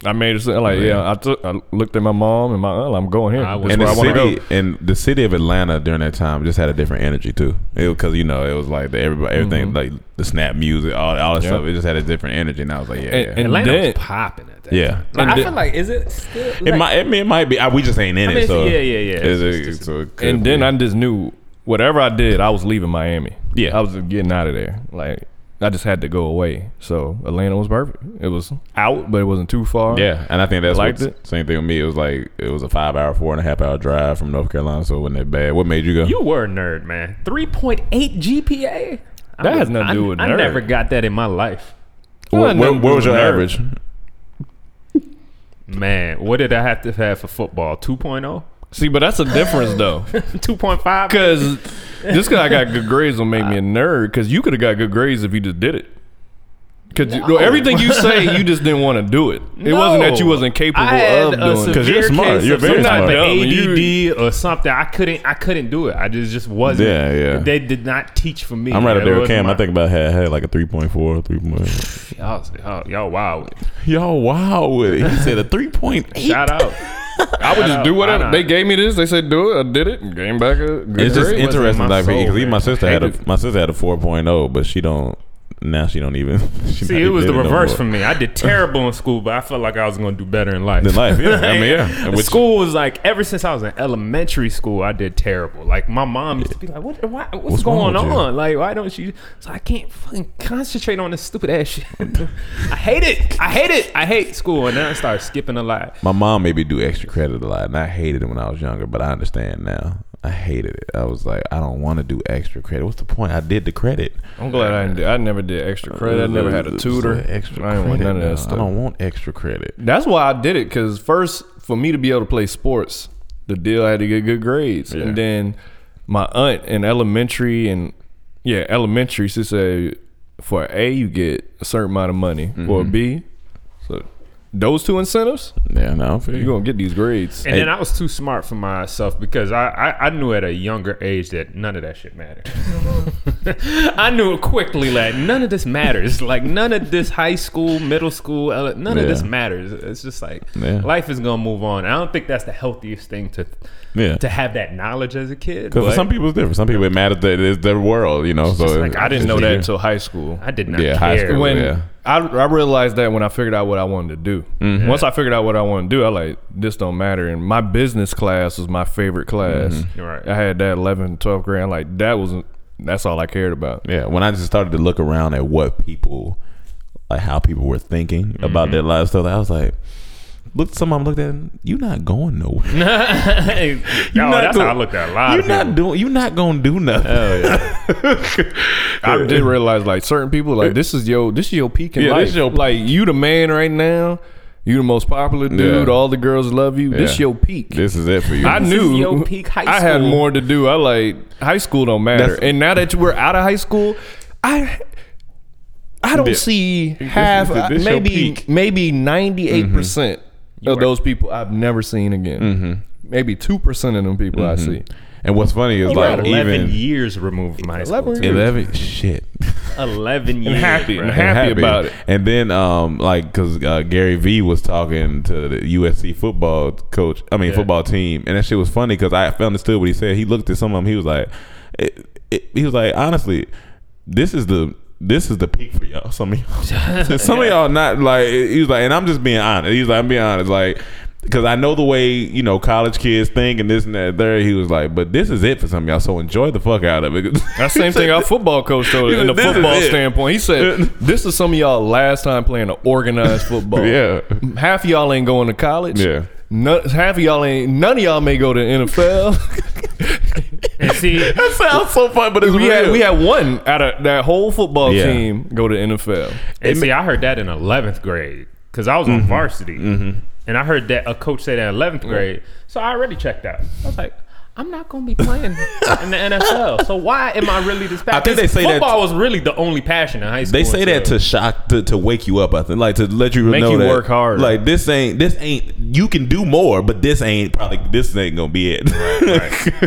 [SPEAKER 7] I made it sound like yeah. I took. I looked at my mom and my aunt. I'm going here.
[SPEAKER 4] I
[SPEAKER 7] That's
[SPEAKER 4] was-
[SPEAKER 6] and
[SPEAKER 7] where
[SPEAKER 6] the
[SPEAKER 7] I want to go.
[SPEAKER 6] city and the city of Atlanta during that time just had a different energy too. Because you know it was like the, everybody,
[SPEAKER 4] Mm-hmm.
[SPEAKER 6] everything like the snap music, all all that
[SPEAKER 7] Yeah.
[SPEAKER 6] stuff. It just had a different energy, and I was like, yeah,
[SPEAKER 7] And-
[SPEAKER 6] yeah.
[SPEAKER 7] and-
[SPEAKER 4] Atlanta was
[SPEAKER 7] then-
[SPEAKER 4] popping at that.
[SPEAKER 6] Yeah.
[SPEAKER 4] time. Like,
[SPEAKER 7] And
[SPEAKER 4] I
[SPEAKER 7] then-
[SPEAKER 4] feel like is it still?
[SPEAKER 6] it
[SPEAKER 4] like-
[SPEAKER 6] might, I mean, it might be. I, we just ain't in
[SPEAKER 4] mean,
[SPEAKER 6] it,
[SPEAKER 4] it's-
[SPEAKER 6] so
[SPEAKER 4] yeah, yeah, yeah.
[SPEAKER 6] it's-
[SPEAKER 4] It's
[SPEAKER 6] it's-
[SPEAKER 4] just-
[SPEAKER 6] so it could
[SPEAKER 7] and then
[SPEAKER 6] be.
[SPEAKER 7] I just knew whatever I did, I was leaving Miami.
[SPEAKER 6] Yeah.
[SPEAKER 7] I was getting out of there. Like I just had to go away. So Atlanta was perfect. It was out, but it wasn't too far.
[SPEAKER 6] yeah, and I think that's
[SPEAKER 7] Liked
[SPEAKER 6] what,
[SPEAKER 7] it.
[SPEAKER 6] same thing with me. It was like it was a five hour, four and a half hour drive from North Carolina, so it wasn't that bad. What made you go?
[SPEAKER 4] You were a nerd, man. Three point eight GPA. I
[SPEAKER 7] That has
[SPEAKER 4] was-
[SPEAKER 7] nothing to
[SPEAKER 4] I-
[SPEAKER 7] do with
[SPEAKER 4] I
[SPEAKER 7] nerd.
[SPEAKER 4] never got that in my life.
[SPEAKER 6] Where, where,
[SPEAKER 4] no,
[SPEAKER 6] where was your
[SPEAKER 4] nerd.
[SPEAKER 6] average?
[SPEAKER 4] Man, what did I have to have for football? oh? 2.0?
[SPEAKER 7] See, but that's a difference though,
[SPEAKER 4] 2.5?
[SPEAKER 7] because just because I got good grades don't make me a nerd. Because you could have got good grades if you just did it. Because everything you say, you just didn't want to do it. It wasn't that you
[SPEAKER 4] No.
[SPEAKER 7] wasn't capable
[SPEAKER 4] I had
[SPEAKER 7] of
[SPEAKER 4] a
[SPEAKER 7] doing it.
[SPEAKER 6] severe- 'Cause you're
[SPEAKER 4] severe
[SPEAKER 6] smart.
[SPEAKER 4] case
[SPEAKER 6] You're
[SPEAKER 4] of
[SPEAKER 6] very
[SPEAKER 4] some type
[SPEAKER 6] smart.
[SPEAKER 4] of
[SPEAKER 6] Yeah,
[SPEAKER 7] when you-
[SPEAKER 4] ADD or something. I couldn't. I couldn't do it. I just just wasn't.
[SPEAKER 6] Yeah, yeah.
[SPEAKER 4] They did not teach for me.
[SPEAKER 6] I'm right up
[SPEAKER 4] It
[SPEAKER 6] there with
[SPEAKER 4] wasn't
[SPEAKER 6] Cam.
[SPEAKER 4] my-
[SPEAKER 6] I think about had, had like a 3.4, 3.0.
[SPEAKER 4] Y'all, was- y'all, y'all wow.
[SPEAKER 6] Y'all wow with it. He said a 3.8.
[SPEAKER 4] Shout out.
[SPEAKER 7] Oh, I would just do whatever
[SPEAKER 4] Why not?
[SPEAKER 7] they gave me. This they said do it. I did it. and Gave back a good
[SPEAKER 6] It's just
[SPEAKER 7] grade.
[SPEAKER 4] wasn't in
[SPEAKER 6] interesting,
[SPEAKER 4] my
[SPEAKER 6] like
[SPEAKER 4] soul,
[SPEAKER 6] because even
[SPEAKER 4] man.
[SPEAKER 6] my sister had
[SPEAKER 4] Hated
[SPEAKER 6] a
[SPEAKER 4] it.
[SPEAKER 6] my sister had a 4.0, but she don't now. She don't even. She not
[SPEAKER 4] See, it
[SPEAKER 6] even
[SPEAKER 4] was the
[SPEAKER 6] did no
[SPEAKER 4] reverse
[SPEAKER 6] more.
[SPEAKER 4] for me. I did terrible in school, but I felt like I was going to do better in life.
[SPEAKER 6] In life, yeah. I mean, yeah.
[SPEAKER 4] The
[SPEAKER 6] Which-
[SPEAKER 4] school was like ever since I was in elementary school, I did terrible. Like my mom used to be like, "What? Why, what's,
[SPEAKER 6] What's wrong
[SPEAKER 4] going
[SPEAKER 6] with you?"
[SPEAKER 4] on? Like, why don't you?" So I can't fucking concentrate on this stupid ass shit. I hate it. I hate it. I hate school, and then I started skipping a lot.
[SPEAKER 6] My mom made me do extra credit a lot, and I hated it when I was younger, but I understand now. I hated it. I was like, I don't want to do extra credit. What's the point? I did the credit.
[SPEAKER 7] I'm glad I didn't. Do, I never did extra credit. I never had a
[SPEAKER 6] Uh, It's
[SPEAKER 7] tutor.
[SPEAKER 6] like Extra
[SPEAKER 7] I didn't want
[SPEAKER 6] credit
[SPEAKER 7] none of
[SPEAKER 6] now.
[SPEAKER 7] that stuff.
[SPEAKER 6] I don't want extra credit.
[SPEAKER 7] That's why I did it because first, for me to be able to play sports, the deal I had to get good grades,
[SPEAKER 6] Yeah.
[SPEAKER 7] and then my aunt in elementary and yeah, elementary she said for an A you get a certain amount of money, for a B, so those two incentives
[SPEAKER 6] Yeah, no, I feel
[SPEAKER 7] you're gonna get these grades.
[SPEAKER 4] And then I was too smart for myself because I, I, I knew at a younger age that none of that shit mattered. I knew quickly that none of this matters. Like none of this high school, middle school, ele- none of this
[SPEAKER 6] Yeah.
[SPEAKER 4] matters. It's just like
[SPEAKER 6] Yeah.
[SPEAKER 4] life is gonna move on. I don't think that's the healthiest thing to
[SPEAKER 6] Yeah.
[SPEAKER 4] to have that knowledge as a kid.
[SPEAKER 6] Because
[SPEAKER 4] but
[SPEAKER 6] for some people, it's different. Some people, it matters that it's their world, you know? So
[SPEAKER 4] just
[SPEAKER 6] it-
[SPEAKER 4] like, I
[SPEAKER 6] it's
[SPEAKER 4] didn't
[SPEAKER 7] didn't
[SPEAKER 6] just
[SPEAKER 7] know that
[SPEAKER 6] easier.
[SPEAKER 7] until high school.
[SPEAKER 4] I did not
[SPEAKER 6] Yeah,
[SPEAKER 4] care.
[SPEAKER 6] high school.
[SPEAKER 7] when
[SPEAKER 6] Yeah.
[SPEAKER 7] I, I realized that when I figured out what I wanted to do.
[SPEAKER 6] Mm-hmm.
[SPEAKER 7] Once I figured out what I wanted to do, I like this don't matter. And my business class was my favorite class.
[SPEAKER 6] Mm-hmm.
[SPEAKER 4] Right.
[SPEAKER 7] I had that 11, 12 grand. Like that was that's all I cared about.
[SPEAKER 6] Yeah, when I just started to look around at what people, like how people were thinking about their lives, stuff, I was like, look, some of them looked at, them, you not going nowhere. You're
[SPEAKER 4] Yo,
[SPEAKER 6] not
[SPEAKER 4] that's how I
[SPEAKER 6] go-
[SPEAKER 4] looked at a lot of people.
[SPEAKER 6] not doing. You're not gonna do nothing.
[SPEAKER 7] I did realize like certain people like this is your this is your peak in
[SPEAKER 6] Yeah,
[SPEAKER 7] life.
[SPEAKER 6] this your-
[SPEAKER 7] like you the man right now. You the most popular dude.
[SPEAKER 6] Yeah.
[SPEAKER 7] All the girls love you. This
[SPEAKER 6] Yeah.
[SPEAKER 7] your peak.
[SPEAKER 6] This is it for you.
[SPEAKER 7] I
[SPEAKER 4] This
[SPEAKER 7] knew
[SPEAKER 4] is your peak high
[SPEAKER 7] I had
[SPEAKER 4] school.
[SPEAKER 7] more to do. I like high school don't matter.
[SPEAKER 6] That's-
[SPEAKER 7] and now that we're out of high school, I I don't
[SPEAKER 6] This-
[SPEAKER 7] see
[SPEAKER 6] this
[SPEAKER 7] half
[SPEAKER 6] is- this your
[SPEAKER 7] maybe
[SPEAKER 6] peak. Mm-hmm.
[SPEAKER 7] maybe 98% percent of those people I've never seen again. Maybe 2% of them people
[SPEAKER 6] Mm-hmm.
[SPEAKER 7] I see.
[SPEAKER 6] and what's funny is
[SPEAKER 4] You were
[SPEAKER 6] like
[SPEAKER 4] 11
[SPEAKER 6] even
[SPEAKER 4] years removed from high school. too.
[SPEAKER 7] 11 years.
[SPEAKER 6] 11 shit
[SPEAKER 4] 11 years.
[SPEAKER 7] happy,
[SPEAKER 4] bro.
[SPEAKER 7] and happy. about it.
[SPEAKER 6] and then um like because uh, gary vee was talking to the usc football coach i mean football team and that shit was funny because i understood what he said he looked at some of them he was like it, it, he was like honestly this is the this is the peak for y'all. Some of y'all, some of y'all not like. He was like, and I'm just being honest. He's like, I'm being honest, like, because I know the way you know college kids think and this and that. There, he was like, but this is it for some of y'all. So enjoy the fuck out of it.
[SPEAKER 7] That same thing our football coach told us
[SPEAKER 6] He
[SPEAKER 7] in the
[SPEAKER 6] said, "This is
[SPEAKER 7] football
[SPEAKER 6] it."
[SPEAKER 7] standpoint. He said, This is some of y'all last time playing an organized football.
[SPEAKER 6] Yeah.
[SPEAKER 7] Half of y'all ain't going to college.
[SPEAKER 6] Yeah.
[SPEAKER 7] None, half of y'all ain't none of y'all may go to NFL.
[SPEAKER 4] And see,
[SPEAKER 6] That sounds so funny, but it's
[SPEAKER 7] we
[SPEAKER 6] real.
[SPEAKER 7] had we had one out of that whole football
[SPEAKER 6] Yeah.
[SPEAKER 7] team go to NFL.
[SPEAKER 4] And see, I heard that in 11th grade because I was on
[SPEAKER 6] Mm-hmm.
[SPEAKER 4] varsity. And I heard that a coach say that in 11th grade. So I already checked out. I was like, I'm not going to be playing in the NFL. So why am I really this passionate?
[SPEAKER 6] I think they say that-
[SPEAKER 4] football was really the only passion in high school.
[SPEAKER 6] They say that
[SPEAKER 4] until-
[SPEAKER 6] to shock to, to wake you up. I think like to let you
[SPEAKER 7] Make
[SPEAKER 6] know
[SPEAKER 7] you
[SPEAKER 6] that,
[SPEAKER 7] work harder.
[SPEAKER 6] Like this ain't this ain't you can do more, but this ain't probably this ain't gonna be it.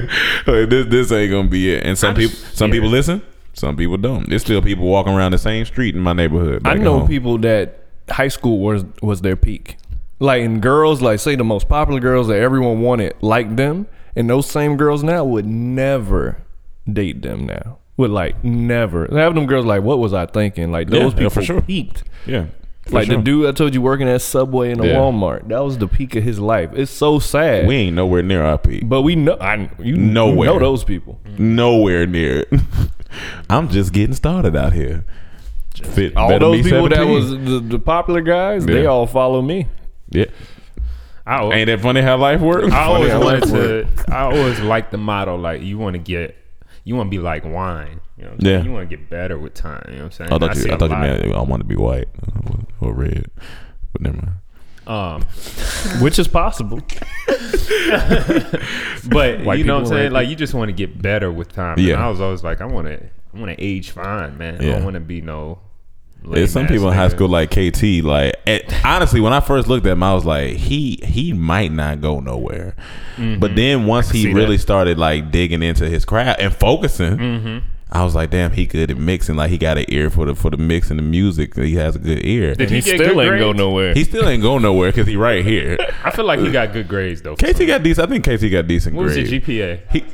[SPEAKER 6] Like, this this ain't gonna be it. And some
[SPEAKER 4] I
[SPEAKER 6] people
[SPEAKER 4] just-
[SPEAKER 6] some
[SPEAKER 4] yeah.
[SPEAKER 6] people listen, some people don't. There's still people walking around the same street in my neighborhood. oh,
[SPEAKER 7] I
[SPEAKER 6] back at
[SPEAKER 7] know
[SPEAKER 6] home.
[SPEAKER 7] people that high school was was their peak. Like in girls, like say the most popular girls that everyone wanted, like them, and those same girls now would never date them now. Would like never. Having them girls like, what was I thinking? Like
[SPEAKER 6] Yeah,
[SPEAKER 7] those
[SPEAKER 6] yeah,
[SPEAKER 7] people
[SPEAKER 6] for sure.
[SPEAKER 7] peaked.
[SPEAKER 6] Yeah. For
[SPEAKER 7] Like
[SPEAKER 6] sure.
[SPEAKER 7] the dude I told you working at Subway and a
[SPEAKER 6] Yeah.
[SPEAKER 7] Walmart. That was the peak of his life. It's so sad.
[SPEAKER 6] We ain't nowhere near our peak.
[SPEAKER 7] but we know I you
[SPEAKER 6] Nowhere.
[SPEAKER 7] know those people.
[SPEAKER 6] Nowhere near it. I'm just getting started out here. Fit,
[SPEAKER 7] all
[SPEAKER 6] better
[SPEAKER 7] those
[SPEAKER 6] be
[SPEAKER 7] people that
[SPEAKER 6] 17.
[SPEAKER 7] was the, the popular guys, they
[SPEAKER 6] Yeah.
[SPEAKER 7] all follow me.
[SPEAKER 6] yeah.
[SPEAKER 4] I, al-
[SPEAKER 6] Ain't that funny how life works?
[SPEAKER 4] I always
[SPEAKER 7] funny how
[SPEAKER 4] wanted
[SPEAKER 7] life
[SPEAKER 4] to. I always liked the motto like you want to get. you want to be like wine. You know what I'm
[SPEAKER 6] Yeah. Oh,
[SPEAKER 4] saying? You want to get better with time. You know what I'm saying?
[SPEAKER 6] I thought
[SPEAKER 4] see
[SPEAKER 6] you. I
[SPEAKER 4] a
[SPEAKER 6] thought you
[SPEAKER 4] lot
[SPEAKER 6] meant I want to be white or red, but never mind.
[SPEAKER 4] of- Um,
[SPEAKER 7] which is possible.
[SPEAKER 4] but
[SPEAKER 7] White
[SPEAKER 4] you know what I'm
[SPEAKER 7] people,
[SPEAKER 4] saying?
[SPEAKER 7] red
[SPEAKER 4] Like you just want to get better with time. And
[SPEAKER 6] Yeah.
[SPEAKER 4] I was always like, I want to, I want to age fine, man. I
[SPEAKER 6] Yeah.
[SPEAKER 4] don't want to be no.
[SPEAKER 6] There's some
[SPEAKER 4] lame-ass
[SPEAKER 6] people in high
[SPEAKER 4] nigga.
[SPEAKER 6] school like KT. Like at, honestly, when I first looked at him, I was like, he he might not go nowhere. But then once he
[SPEAKER 4] Mm-hmm. see
[SPEAKER 6] really
[SPEAKER 4] that.
[SPEAKER 6] started like digging into his craft and focusing,
[SPEAKER 4] Mm-hmm.
[SPEAKER 6] I was like, damn, he good at mixing. Like he got an ear for the for the mix and the music. He has a good ear.
[SPEAKER 4] Did
[SPEAKER 7] He,
[SPEAKER 4] get
[SPEAKER 7] still
[SPEAKER 4] good
[SPEAKER 7] ain't go
[SPEAKER 4] grades?
[SPEAKER 7] nowhere.
[SPEAKER 6] He still ain't going nowhere because he right here.
[SPEAKER 4] I feel like he got good grades though.
[SPEAKER 6] KT got decent. I think KT got decent
[SPEAKER 4] What was your
[SPEAKER 6] grades.
[SPEAKER 4] GPA?
[SPEAKER 6] He,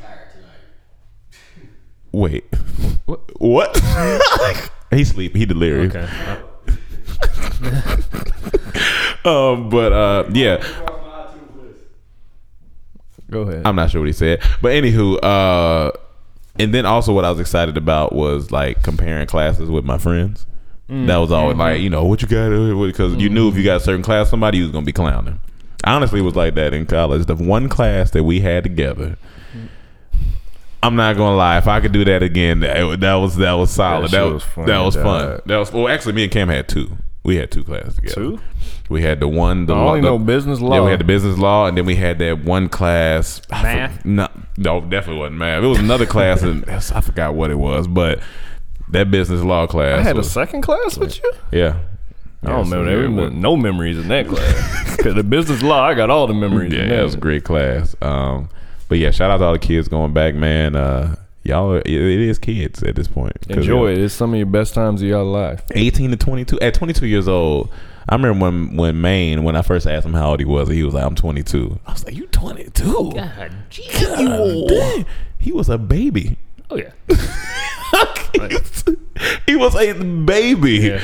[SPEAKER 6] wait, what? he sleep. He delirious.
[SPEAKER 4] Okay.
[SPEAKER 6] Um, but uh, yeah,
[SPEAKER 7] Go ahead.
[SPEAKER 6] I'm not sure what he said, but anywho, uh, and then also what I was excited about was like comparing classes with my friends.
[SPEAKER 7] Mm.
[SPEAKER 6] That was always
[SPEAKER 7] Mm-hmm.
[SPEAKER 6] like, you know, what you got because you knew if you got a certain class, somebody was gonna be clowning. Honestly, it was like that in college. The one class that we had together. I'm not gonna lie. If I could do that again, that, that was that was solid.
[SPEAKER 7] shit
[SPEAKER 6] That, was
[SPEAKER 7] was
[SPEAKER 6] fun.
[SPEAKER 7] funny,
[SPEAKER 6] That was fun.
[SPEAKER 7] dog.
[SPEAKER 6] That was well. Actually, me and Cam had two. We had two classes together.
[SPEAKER 7] Two?
[SPEAKER 6] We had the one. The
[SPEAKER 7] I
[SPEAKER 6] law-
[SPEAKER 7] only
[SPEAKER 6] the-
[SPEAKER 7] know business
[SPEAKER 6] Yeah,
[SPEAKER 7] law.
[SPEAKER 6] we had the business law, and then we had that one class. I
[SPEAKER 4] Math?
[SPEAKER 6] for- No, no, definitely wasn't math. It was another class, and I forgot what it was, but that business law class.
[SPEAKER 7] I had a
[SPEAKER 6] was,
[SPEAKER 7] second class with you.
[SPEAKER 6] yeah.
[SPEAKER 7] I
[SPEAKER 6] Yeah,
[SPEAKER 7] don't
[SPEAKER 6] so
[SPEAKER 7] remember.
[SPEAKER 6] yeah,
[SPEAKER 7] There
[SPEAKER 6] it
[SPEAKER 7] was
[SPEAKER 6] was-
[SPEAKER 7] no memories in that class. Cause the business law, I got all the memories.
[SPEAKER 6] Yeah,
[SPEAKER 7] in
[SPEAKER 6] that was a great class. Um, but yeah, shout out to all the kids going back, man. Uh, y'all, are, it, it is kids at this point. 'Cause,
[SPEAKER 7] Enjoy
[SPEAKER 6] yeah,
[SPEAKER 7] it. It's some of your best times of your life.
[SPEAKER 6] 18 to 22 at 22 years old i remember when when maine when i first asked him how old he was he was like i'm 22 i was like you 22
[SPEAKER 4] Uh,
[SPEAKER 6] god, damn. he was a baby
[SPEAKER 4] Oh yeah.
[SPEAKER 6] he was a baby
[SPEAKER 4] Yeah.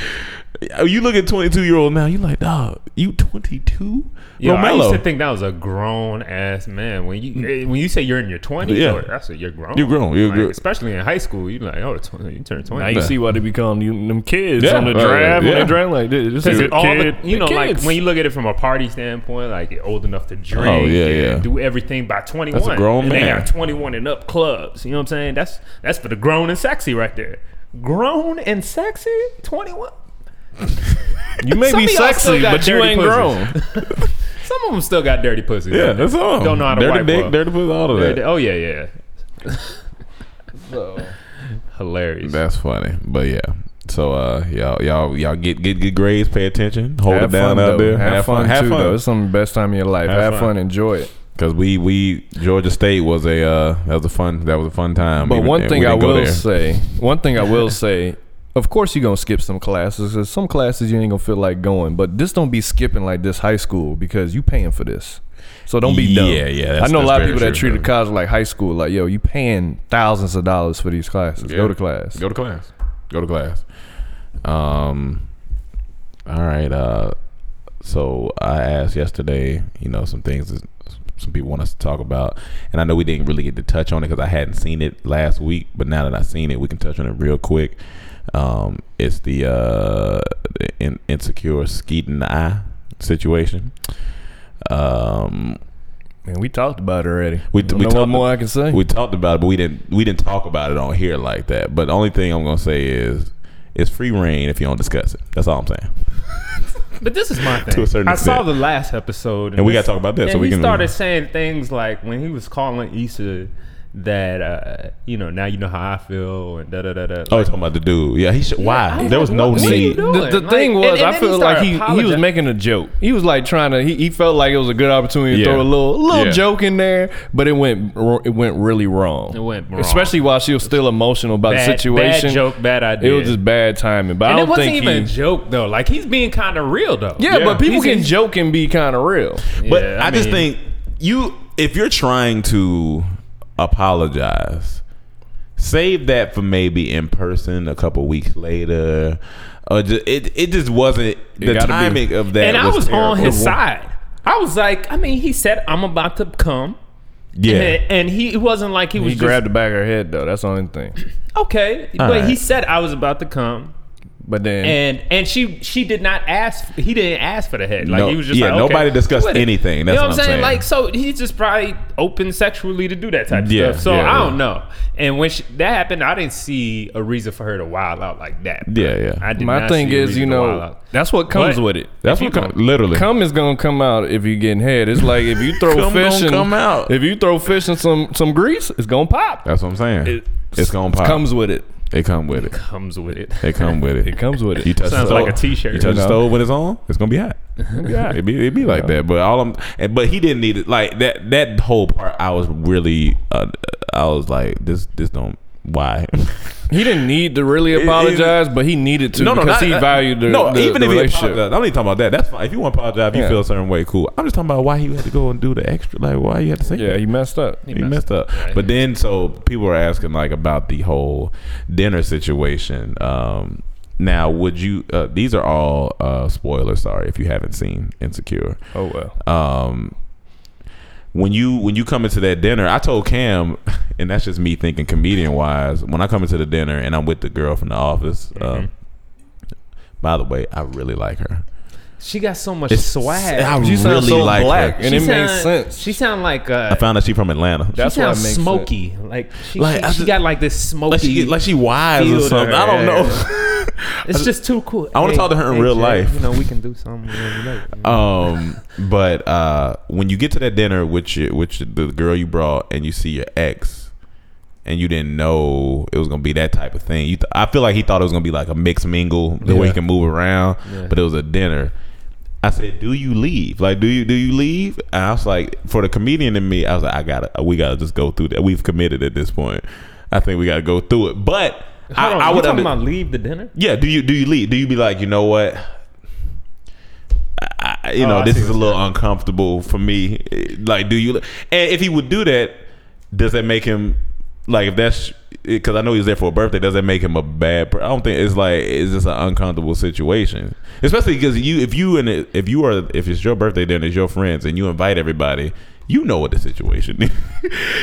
[SPEAKER 6] you look at 22 year old now you like dog you 22
[SPEAKER 4] Yo, I used to think that was a grown ass man. When you eh, when you say you're in your twenties,
[SPEAKER 6] Mm. Yeah.
[SPEAKER 4] yeah. that's what you're grown.
[SPEAKER 6] You're grown. You're
[SPEAKER 4] Like,
[SPEAKER 6] grown.
[SPEAKER 4] Especially in high school, you're like, oh, 20, you turn
[SPEAKER 7] Now
[SPEAKER 4] twenty.
[SPEAKER 7] you see why they be calling you them kids
[SPEAKER 6] Yeah.
[SPEAKER 7] on the
[SPEAKER 6] Right,
[SPEAKER 7] drive.
[SPEAKER 6] yeah.
[SPEAKER 7] When they drive like this, this
[SPEAKER 4] Because
[SPEAKER 7] is a
[SPEAKER 4] all
[SPEAKER 7] kid.
[SPEAKER 4] the, you know,
[SPEAKER 7] They're
[SPEAKER 4] like
[SPEAKER 7] kids.
[SPEAKER 4] when you look at it from a party standpoint, like you're old enough to drink,
[SPEAKER 6] Oh, yeah,
[SPEAKER 4] and
[SPEAKER 6] yeah.
[SPEAKER 4] do everything by 21.
[SPEAKER 6] grown
[SPEAKER 4] and They
[SPEAKER 6] man.
[SPEAKER 4] have 21 and up clubs. You know what I'm saying? That's that's for the grown and sexy right there. Grown and sexy, 21.
[SPEAKER 7] you may
[SPEAKER 4] Some
[SPEAKER 7] be
[SPEAKER 4] of y'all still
[SPEAKER 7] sexy,
[SPEAKER 4] got
[SPEAKER 7] but you
[SPEAKER 4] dirty
[SPEAKER 7] ain't
[SPEAKER 4] pussies.
[SPEAKER 7] grown.
[SPEAKER 4] Some of them still got dirty pussy.
[SPEAKER 6] yeah that's all
[SPEAKER 4] Don't know how to
[SPEAKER 6] dirty
[SPEAKER 4] wipe
[SPEAKER 6] dick
[SPEAKER 4] up.
[SPEAKER 6] dirty pussy all of that
[SPEAKER 4] Oh yeah, yeah. Hilarious.
[SPEAKER 6] That's funny, but yeah. So uh, y'all, y'all, y'all get get good grades. Pay attention. Hold
[SPEAKER 7] Have
[SPEAKER 6] it down
[SPEAKER 7] fun,
[SPEAKER 6] out
[SPEAKER 7] though.
[SPEAKER 6] there.
[SPEAKER 7] Have, fun,
[SPEAKER 6] Have
[SPEAKER 7] too,
[SPEAKER 6] fun.
[SPEAKER 7] though. It's some of the best time of your life.
[SPEAKER 6] Have
[SPEAKER 7] Have,
[SPEAKER 6] fun.
[SPEAKER 7] fun. Enjoy it.
[SPEAKER 6] Cause we we Georgia State was a uh, that was a fun that was a fun time.
[SPEAKER 7] But
[SPEAKER 6] Even-
[SPEAKER 7] one
[SPEAKER 6] and
[SPEAKER 7] thing
[SPEAKER 6] we
[SPEAKER 7] I
[SPEAKER 6] didn't go
[SPEAKER 7] will
[SPEAKER 6] there.
[SPEAKER 7] say, one thing I will say, of course you're gonna skip some classes. 'cause some classes you ain't gonna feel like going. But just don't be skipping like this high school because you paying for this. So don't be dumb.
[SPEAKER 6] Yeah, yeah, that's-
[SPEAKER 7] I know a
[SPEAKER 6] that's
[SPEAKER 7] lot of
[SPEAKER 6] very
[SPEAKER 7] people that
[SPEAKER 6] true,
[SPEAKER 7] treated
[SPEAKER 6] though.
[SPEAKER 7] college like high school. Like, yo, you paying thousands of dollars for these classes.
[SPEAKER 6] Yeah.
[SPEAKER 7] Go to class.
[SPEAKER 6] Go to class. Go to class. Um. All right. Uh. So I asked yesterday. You know some things that some people want us to talk about, and I know we didn't really get to touch on it because I hadn't seen it last week. But now that I've seen it, we can touch on it real quick. Um. It's the uh the in- insecure skeet in the eye situation. Um.
[SPEAKER 7] Man, we talked about it already.
[SPEAKER 6] We-
[SPEAKER 7] Don't
[SPEAKER 6] we
[SPEAKER 7] know what
[SPEAKER 6] talked-
[SPEAKER 7] more I can say.
[SPEAKER 6] We talked about it, but we didn't we didn't talk about it on here like that. But the only thing I'm gonna say is it's free reign if you don't discuss it. That's all I'm saying.
[SPEAKER 4] But this is my thing.
[SPEAKER 6] To a certain
[SPEAKER 4] I saw
[SPEAKER 6] extent.
[SPEAKER 4] the last episode,
[SPEAKER 6] And we
[SPEAKER 4] this-
[SPEAKER 6] gotta talk about this,
[SPEAKER 4] And
[SPEAKER 6] so we
[SPEAKER 4] he
[SPEAKER 6] can-
[SPEAKER 4] started saying things like when he was calling Issa that uh, you know now you know how I feel and da da da da.
[SPEAKER 6] Oh, you're talking about the dude. Yeah, he should. Why?
[SPEAKER 4] I'm
[SPEAKER 6] there
[SPEAKER 4] like,
[SPEAKER 6] was no
[SPEAKER 4] what- what are you
[SPEAKER 6] need.
[SPEAKER 4] doing?
[SPEAKER 7] The, the
[SPEAKER 4] Like,
[SPEAKER 7] thing
[SPEAKER 4] and-
[SPEAKER 7] was,
[SPEAKER 4] and
[SPEAKER 7] I
[SPEAKER 4] then
[SPEAKER 7] feel
[SPEAKER 4] he
[SPEAKER 7] like
[SPEAKER 4] started
[SPEAKER 7] he, he was
[SPEAKER 4] apologizing.
[SPEAKER 7] making a joke. He was like trying to. He, he felt like it was a good opportunity to
[SPEAKER 6] Yeah.
[SPEAKER 7] throw a little little
[SPEAKER 6] Yeah.
[SPEAKER 7] joke in there, but it went wr- it went really wrong.
[SPEAKER 4] It went wrong.
[SPEAKER 7] especially while she was still emotional about
[SPEAKER 4] Bad-
[SPEAKER 7] the situation.
[SPEAKER 4] bad joke, bad idea.
[SPEAKER 7] It was just bad timing. But
[SPEAKER 4] And
[SPEAKER 7] I
[SPEAKER 4] it
[SPEAKER 7] don't
[SPEAKER 4] wasn't
[SPEAKER 7] think
[SPEAKER 4] even a
[SPEAKER 7] he.
[SPEAKER 4] joke though. Like he's being kind of real though.
[SPEAKER 7] Yeah,
[SPEAKER 6] Yeah.
[SPEAKER 7] but people
[SPEAKER 4] He's-
[SPEAKER 7] can
[SPEAKER 4] he's-
[SPEAKER 7] joke and be kind of real.
[SPEAKER 6] But
[SPEAKER 4] Yeah,
[SPEAKER 6] I,
[SPEAKER 4] I
[SPEAKER 6] just
[SPEAKER 4] mean-
[SPEAKER 6] think you, if you're trying to apologize, save that for maybe in person a couple weeks later. Or just, it it just wasn't the
[SPEAKER 7] gotta be-
[SPEAKER 6] timing of that.
[SPEAKER 4] and I was on
[SPEAKER 6] terrible.
[SPEAKER 4] his side. I was like, I mean, he said I'm about to come,
[SPEAKER 6] Yeah,
[SPEAKER 4] and, and he it wasn't like he was
[SPEAKER 7] He
[SPEAKER 4] just
[SPEAKER 7] grabbed the back of her head though. That's the only thing.
[SPEAKER 4] okay, but
[SPEAKER 6] right.
[SPEAKER 4] he said I was about to come.
[SPEAKER 7] But then
[SPEAKER 4] and and she she did not ask. He didn't ask for the head. Like
[SPEAKER 6] No,
[SPEAKER 4] he was just
[SPEAKER 6] yeah,
[SPEAKER 4] Like, okay,
[SPEAKER 6] nobody discussed
[SPEAKER 4] what-
[SPEAKER 6] anything. That's
[SPEAKER 4] you know
[SPEAKER 6] what
[SPEAKER 4] what
[SPEAKER 6] I'm saying.
[SPEAKER 4] I'm saying? Like so, he's just probably open sexually to do that type of
[SPEAKER 6] Yeah,
[SPEAKER 4] stuff. So
[SPEAKER 6] yeah,
[SPEAKER 4] I
[SPEAKER 6] yeah.
[SPEAKER 4] don't know. And when she, that happened, I didn't see a reason for her to wild out like that. bro.
[SPEAKER 6] Yeah, yeah.
[SPEAKER 4] I did
[SPEAKER 7] my
[SPEAKER 4] not
[SPEAKER 7] thing
[SPEAKER 4] see a
[SPEAKER 7] is,
[SPEAKER 4] reason
[SPEAKER 7] you
[SPEAKER 4] to wild
[SPEAKER 7] know,
[SPEAKER 4] out.
[SPEAKER 7] that's what comes
[SPEAKER 4] But-
[SPEAKER 7] with it.
[SPEAKER 6] That's what come, literally.
[SPEAKER 7] Cum is gonna come out if you getting head. It's like if you throw
[SPEAKER 6] Cum
[SPEAKER 7] fish
[SPEAKER 6] gonna
[SPEAKER 7] in
[SPEAKER 6] come out.
[SPEAKER 7] if you throw fish in some some grease, it's gonna pop.
[SPEAKER 6] That's what I'm saying. it's gonna pop.
[SPEAKER 7] Comes with it.
[SPEAKER 6] it come with it.
[SPEAKER 4] comes with it.
[SPEAKER 6] It come with it.
[SPEAKER 7] It comes with it.
[SPEAKER 6] You touch
[SPEAKER 4] Sounds
[SPEAKER 6] the stove,
[SPEAKER 4] like a t-shirt.
[SPEAKER 6] You touch the
[SPEAKER 7] No.
[SPEAKER 6] stove when it's on, it's gonna be hot. Yeah, it be it be like that. But all I'm, and, but he didn't need it. Like that that whole part, I was really, uh, I was like, this this don't why.
[SPEAKER 7] He didn't need to really
[SPEAKER 6] it-
[SPEAKER 7] apologize, but he needed to because he valued the,
[SPEAKER 6] no.
[SPEAKER 7] the-
[SPEAKER 6] even
[SPEAKER 7] the
[SPEAKER 6] if he
[SPEAKER 7] relationship.
[SPEAKER 6] apologized, I'm not even talking about that. That's fine. If you want to apologize, if you
[SPEAKER 7] Yeah.
[SPEAKER 6] feel a certain way, cool. I'm just talking about why he had to go and do the extra. Like why you had to say
[SPEAKER 7] yeah,
[SPEAKER 6] that.
[SPEAKER 7] he messed up.
[SPEAKER 6] He messed up. But then, so people were asking like about the whole dinner situation. Um, now, would you? Uh, these are all uh, spoilers. Sorry if you haven't seen Insecure.
[SPEAKER 7] Oh well.
[SPEAKER 6] Um, when you when you come into that dinner, I told Cam, and that's just me thinking comedian wise. When I come into the dinner and I'm with the girl from the office. Um, by the way, I really like her.
[SPEAKER 4] She got so much
[SPEAKER 6] It's-
[SPEAKER 4] swag.
[SPEAKER 6] I
[SPEAKER 7] She sounds
[SPEAKER 6] really
[SPEAKER 7] so
[SPEAKER 6] like her.
[SPEAKER 7] black, and
[SPEAKER 4] She
[SPEAKER 7] it makes
[SPEAKER 4] sound-
[SPEAKER 7] sense.
[SPEAKER 4] She sound like
[SPEAKER 6] I
[SPEAKER 4] uh,
[SPEAKER 6] found out she from Atlanta.
[SPEAKER 4] she
[SPEAKER 7] That's why it
[SPEAKER 4] sounds
[SPEAKER 7] makes sense.
[SPEAKER 4] smoky. Like she,
[SPEAKER 6] Like,
[SPEAKER 4] she,
[SPEAKER 6] I
[SPEAKER 4] she
[SPEAKER 6] just-
[SPEAKER 4] got like this smoky.
[SPEAKER 6] like she like she wise or
[SPEAKER 4] Feel to
[SPEAKER 6] something. I
[SPEAKER 4] her,
[SPEAKER 6] don't
[SPEAKER 4] yeah.
[SPEAKER 6] know.
[SPEAKER 4] it's just too cool.
[SPEAKER 6] I wanna talk to her in real
[SPEAKER 4] Jay,
[SPEAKER 6] life.
[SPEAKER 4] You know, we can do something. when we later.
[SPEAKER 6] Um, but uh, when you get to that dinner with your, with your, the girl you brought, and you see your ex, and you didn't know it was gonna be that type of thing. You, th- I feel like he thought it was gonna be like a mixed mingle, the way he
[SPEAKER 4] Yeah.
[SPEAKER 6] can move around,
[SPEAKER 4] Yeah.
[SPEAKER 6] but it was a dinner. I said, "Do you leave? Like, do you do you leave?" And I was like, for the comedian in me, I was like, "I gotta, we gotta just go through that. We've committed at this point. I think we gotta go through it." But I,
[SPEAKER 4] Hold on,
[SPEAKER 6] I
[SPEAKER 4] you
[SPEAKER 6] would
[SPEAKER 4] talking
[SPEAKER 6] under-
[SPEAKER 4] about leave the dinner.
[SPEAKER 6] yeah, do you do you leave? Do you be like, you know what? I, I- you
[SPEAKER 4] Oh,
[SPEAKER 6] know,
[SPEAKER 4] I
[SPEAKER 6] this
[SPEAKER 4] see
[SPEAKER 6] is a
[SPEAKER 4] what
[SPEAKER 6] little uncomfortable for me. Eh, Like, do you? And if he would do that, does that make him like if that's because I know he's there for a birthday? Does that make him a bad? Per- I don't think it's like it's just an uncomfortable situation, especially because you if you and it- if you are if it's your birthday then it's your friends and you invite everybody, you know what the situation. is.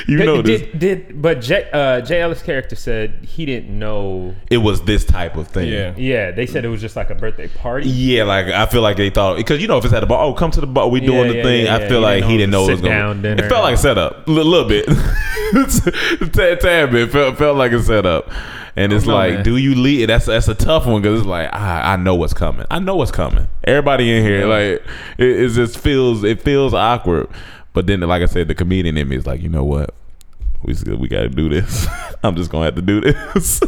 [SPEAKER 6] you
[SPEAKER 4] Did-
[SPEAKER 6] know this.
[SPEAKER 4] did, did but Jay, uh, Jay Ellis' character said he didn't know.
[SPEAKER 6] It was this type of thing.
[SPEAKER 7] Yeah.
[SPEAKER 4] Yeah, they said it was just like a birthday party.
[SPEAKER 6] Yeah, like I feel like they thought because you know if it's at the bar, oh come to the bar, we
[SPEAKER 4] Yeah,
[SPEAKER 6] doing the
[SPEAKER 4] yeah,
[SPEAKER 6] thing.
[SPEAKER 4] yeah,
[SPEAKER 6] I
[SPEAKER 4] yeah.
[SPEAKER 6] feel
[SPEAKER 4] You
[SPEAKER 6] like
[SPEAKER 4] didn't
[SPEAKER 6] he
[SPEAKER 4] know
[SPEAKER 6] didn't know it was
[SPEAKER 4] sit down
[SPEAKER 6] going. to
[SPEAKER 4] dinner.
[SPEAKER 6] It felt like a setup a li- little bit, tad, tad bit. Felt, felt like a setup, and it's
[SPEAKER 4] know,
[SPEAKER 6] like,
[SPEAKER 4] Oh, man.
[SPEAKER 6] do you leave? That's that's a tough one because it's like I, I know what's coming. I know what's coming. Everybody in here, like it, it just feels it feels awkward. But then, like I said, the comedian in me is like, you know what? We s- we gotta do this. I'm just gonna have to do this.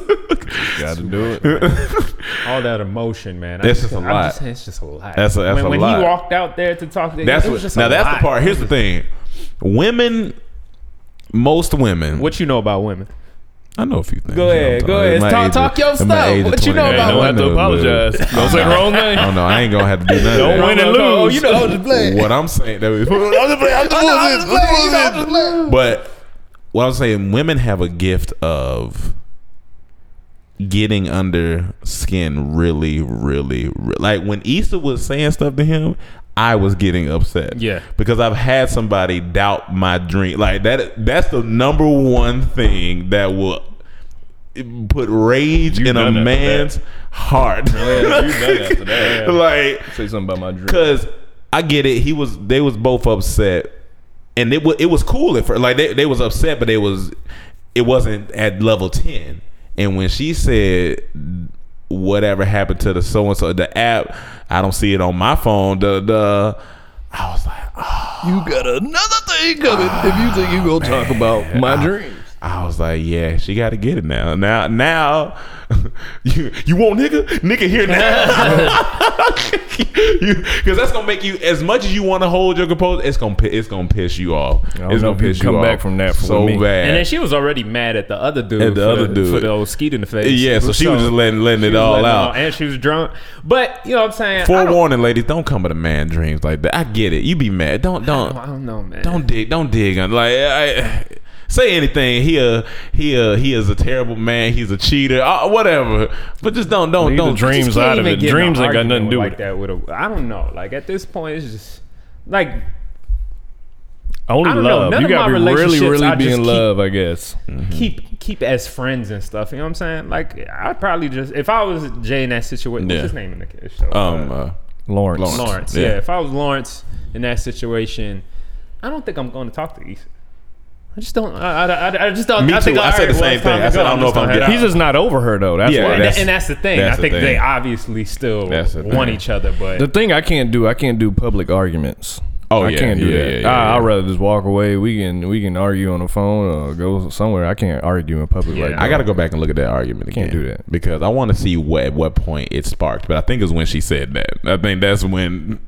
[SPEAKER 7] Got to do it.
[SPEAKER 4] All that emotion, man.
[SPEAKER 6] That's
[SPEAKER 4] I'm
[SPEAKER 6] just a
[SPEAKER 4] I'm
[SPEAKER 6] lot.
[SPEAKER 4] just saying it's just a lot.
[SPEAKER 6] That's a- that's
[SPEAKER 4] when
[SPEAKER 6] a
[SPEAKER 4] when
[SPEAKER 6] lot.
[SPEAKER 4] he walked out there to talk to,
[SPEAKER 6] That's
[SPEAKER 4] it
[SPEAKER 6] what,
[SPEAKER 4] was just
[SPEAKER 6] now
[SPEAKER 4] a
[SPEAKER 6] that's
[SPEAKER 4] lot.
[SPEAKER 6] the part. Here's the thing, women, most women.
[SPEAKER 4] What you know about women?
[SPEAKER 6] I know a few things.
[SPEAKER 8] Go ahead, go ahead. Talk- talk your stuff. What you know about
[SPEAKER 7] Don't have to apologize. Don't say the wrong
[SPEAKER 6] I
[SPEAKER 7] thing.
[SPEAKER 6] don't know. I ain't gonna have to do nothing.
[SPEAKER 7] Don't win and
[SPEAKER 4] Oh,
[SPEAKER 7] lose.
[SPEAKER 4] you know,
[SPEAKER 6] What I'm saying, that was, I'm just playing, I'm just bullshit, I'm just bullshit. but what I'm saying, women have a gift of getting under skin really, really, re- like when Issa was saying stuff to him. I was getting upset,
[SPEAKER 4] Yeah.
[SPEAKER 6] because I've had somebody doubt my dream. Like that, that's the number one thing that will put rage in a
[SPEAKER 7] done that to
[SPEAKER 6] man's heart. like
[SPEAKER 7] Say something about my drink.
[SPEAKER 6] Cause I get it. He was. They was both upset, and it was. It was cool at first. Like they, they was upset, but it was. It wasn't at level ten. And when she said, "Whatever happened to the so and so the app? I don't see it on my phone." The the. I was like,
[SPEAKER 7] You got another thing coming if you think you gonna talk about my dreams.
[SPEAKER 6] I was like, yeah, she got to get it now. Now, now, you you want nigga, nigga here now, because that's gonna make you as much as you want to hold your composure. It's gonna pi- it's gonna piss you off.
[SPEAKER 7] don't
[SPEAKER 6] It's
[SPEAKER 7] know
[SPEAKER 6] gonna
[SPEAKER 7] if you
[SPEAKER 6] piss you
[SPEAKER 7] come
[SPEAKER 6] off
[SPEAKER 7] back from that for
[SPEAKER 6] so
[SPEAKER 7] me.
[SPEAKER 6] bad.
[SPEAKER 4] and then she was already mad at the other dude,
[SPEAKER 6] At the
[SPEAKER 4] for
[SPEAKER 6] other dude.
[SPEAKER 4] for the old skeet in the face.
[SPEAKER 6] yeah, so she was just letting letting it
[SPEAKER 4] she was
[SPEAKER 6] all
[SPEAKER 4] letting
[SPEAKER 6] out.
[SPEAKER 4] and she was drunk. But you know what I'm saying? I don't,
[SPEAKER 6] Forewarning, ladies, don't come with a man dreams like that. I get it. You be mad. Don't don't
[SPEAKER 4] I don't know, man.
[SPEAKER 6] don't dig don't dig on like I, say anything he a he a he is a terrible man he's a cheater uh, whatever but just don't don't
[SPEAKER 7] Leave the
[SPEAKER 6] don't
[SPEAKER 7] dream-
[SPEAKER 4] I
[SPEAKER 7] dreams
[SPEAKER 4] just can't
[SPEAKER 7] out of
[SPEAKER 4] even
[SPEAKER 7] it.
[SPEAKER 4] get in
[SPEAKER 7] Dreams
[SPEAKER 4] an
[SPEAKER 7] ain't got nothing to do
[SPEAKER 4] argument
[SPEAKER 7] with
[SPEAKER 4] like that. With a, I don't know. Like at this point, it's just like
[SPEAKER 7] Only
[SPEAKER 4] I don't know.
[SPEAKER 7] love.
[SPEAKER 4] None
[SPEAKER 7] you
[SPEAKER 4] of
[SPEAKER 7] gotta
[SPEAKER 4] my
[SPEAKER 7] be really,
[SPEAKER 4] relationships,
[SPEAKER 7] really
[SPEAKER 4] I
[SPEAKER 7] be
[SPEAKER 4] just
[SPEAKER 7] in
[SPEAKER 4] keep-
[SPEAKER 7] love, I guess.
[SPEAKER 4] keep keep as friends and stuff. You know what I'm saying? Like I'd probably just if I was Jay in that situation.
[SPEAKER 6] Yeah.
[SPEAKER 4] What's his name in the kid show?
[SPEAKER 6] Um, uh,
[SPEAKER 7] Lawrence.
[SPEAKER 6] Lawrence.
[SPEAKER 4] Lawrence.
[SPEAKER 6] yeah.
[SPEAKER 4] Yeah. If I was Lawrence in that situation, I don't think I'm going to talk to Issa. I just don't. I, I, I, I just don't.
[SPEAKER 6] Me
[SPEAKER 4] I think,
[SPEAKER 6] too. I
[SPEAKER 4] all
[SPEAKER 6] said the
[SPEAKER 4] well,
[SPEAKER 6] same
[SPEAKER 4] it's time
[SPEAKER 6] thing.
[SPEAKER 4] to
[SPEAKER 6] I said,
[SPEAKER 4] go.
[SPEAKER 6] I don't know
[SPEAKER 4] just
[SPEAKER 6] if I'm
[SPEAKER 4] gonna head
[SPEAKER 6] getting-
[SPEAKER 4] out.
[SPEAKER 7] He's just not over her though. That's
[SPEAKER 6] Yeah,
[SPEAKER 7] why.
[SPEAKER 4] and,
[SPEAKER 6] that's-
[SPEAKER 4] and that's the thing.
[SPEAKER 6] that's
[SPEAKER 4] I
[SPEAKER 6] the
[SPEAKER 4] think they
[SPEAKER 6] thing.
[SPEAKER 4] obviously still
[SPEAKER 6] That's the
[SPEAKER 4] want
[SPEAKER 6] thing.
[SPEAKER 4] each other, but
[SPEAKER 7] The thing I can't do, I can't do public arguments.
[SPEAKER 6] Oh,
[SPEAKER 7] I
[SPEAKER 6] yeah,
[SPEAKER 7] can't do
[SPEAKER 6] yeah,
[SPEAKER 7] that.
[SPEAKER 6] yeah, yeah,
[SPEAKER 7] I,
[SPEAKER 6] yeah.
[SPEAKER 7] I'd rather just walk away. We can we can argue on the phone or go somewhere. I can't argue in public like that.
[SPEAKER 6] I got to go back and look at that argument again.
[SPEAKER 7] Can't do that.
[SPEAKER 6] because I want to see what at what point it sparked. But I think it's when she said that. I think that's when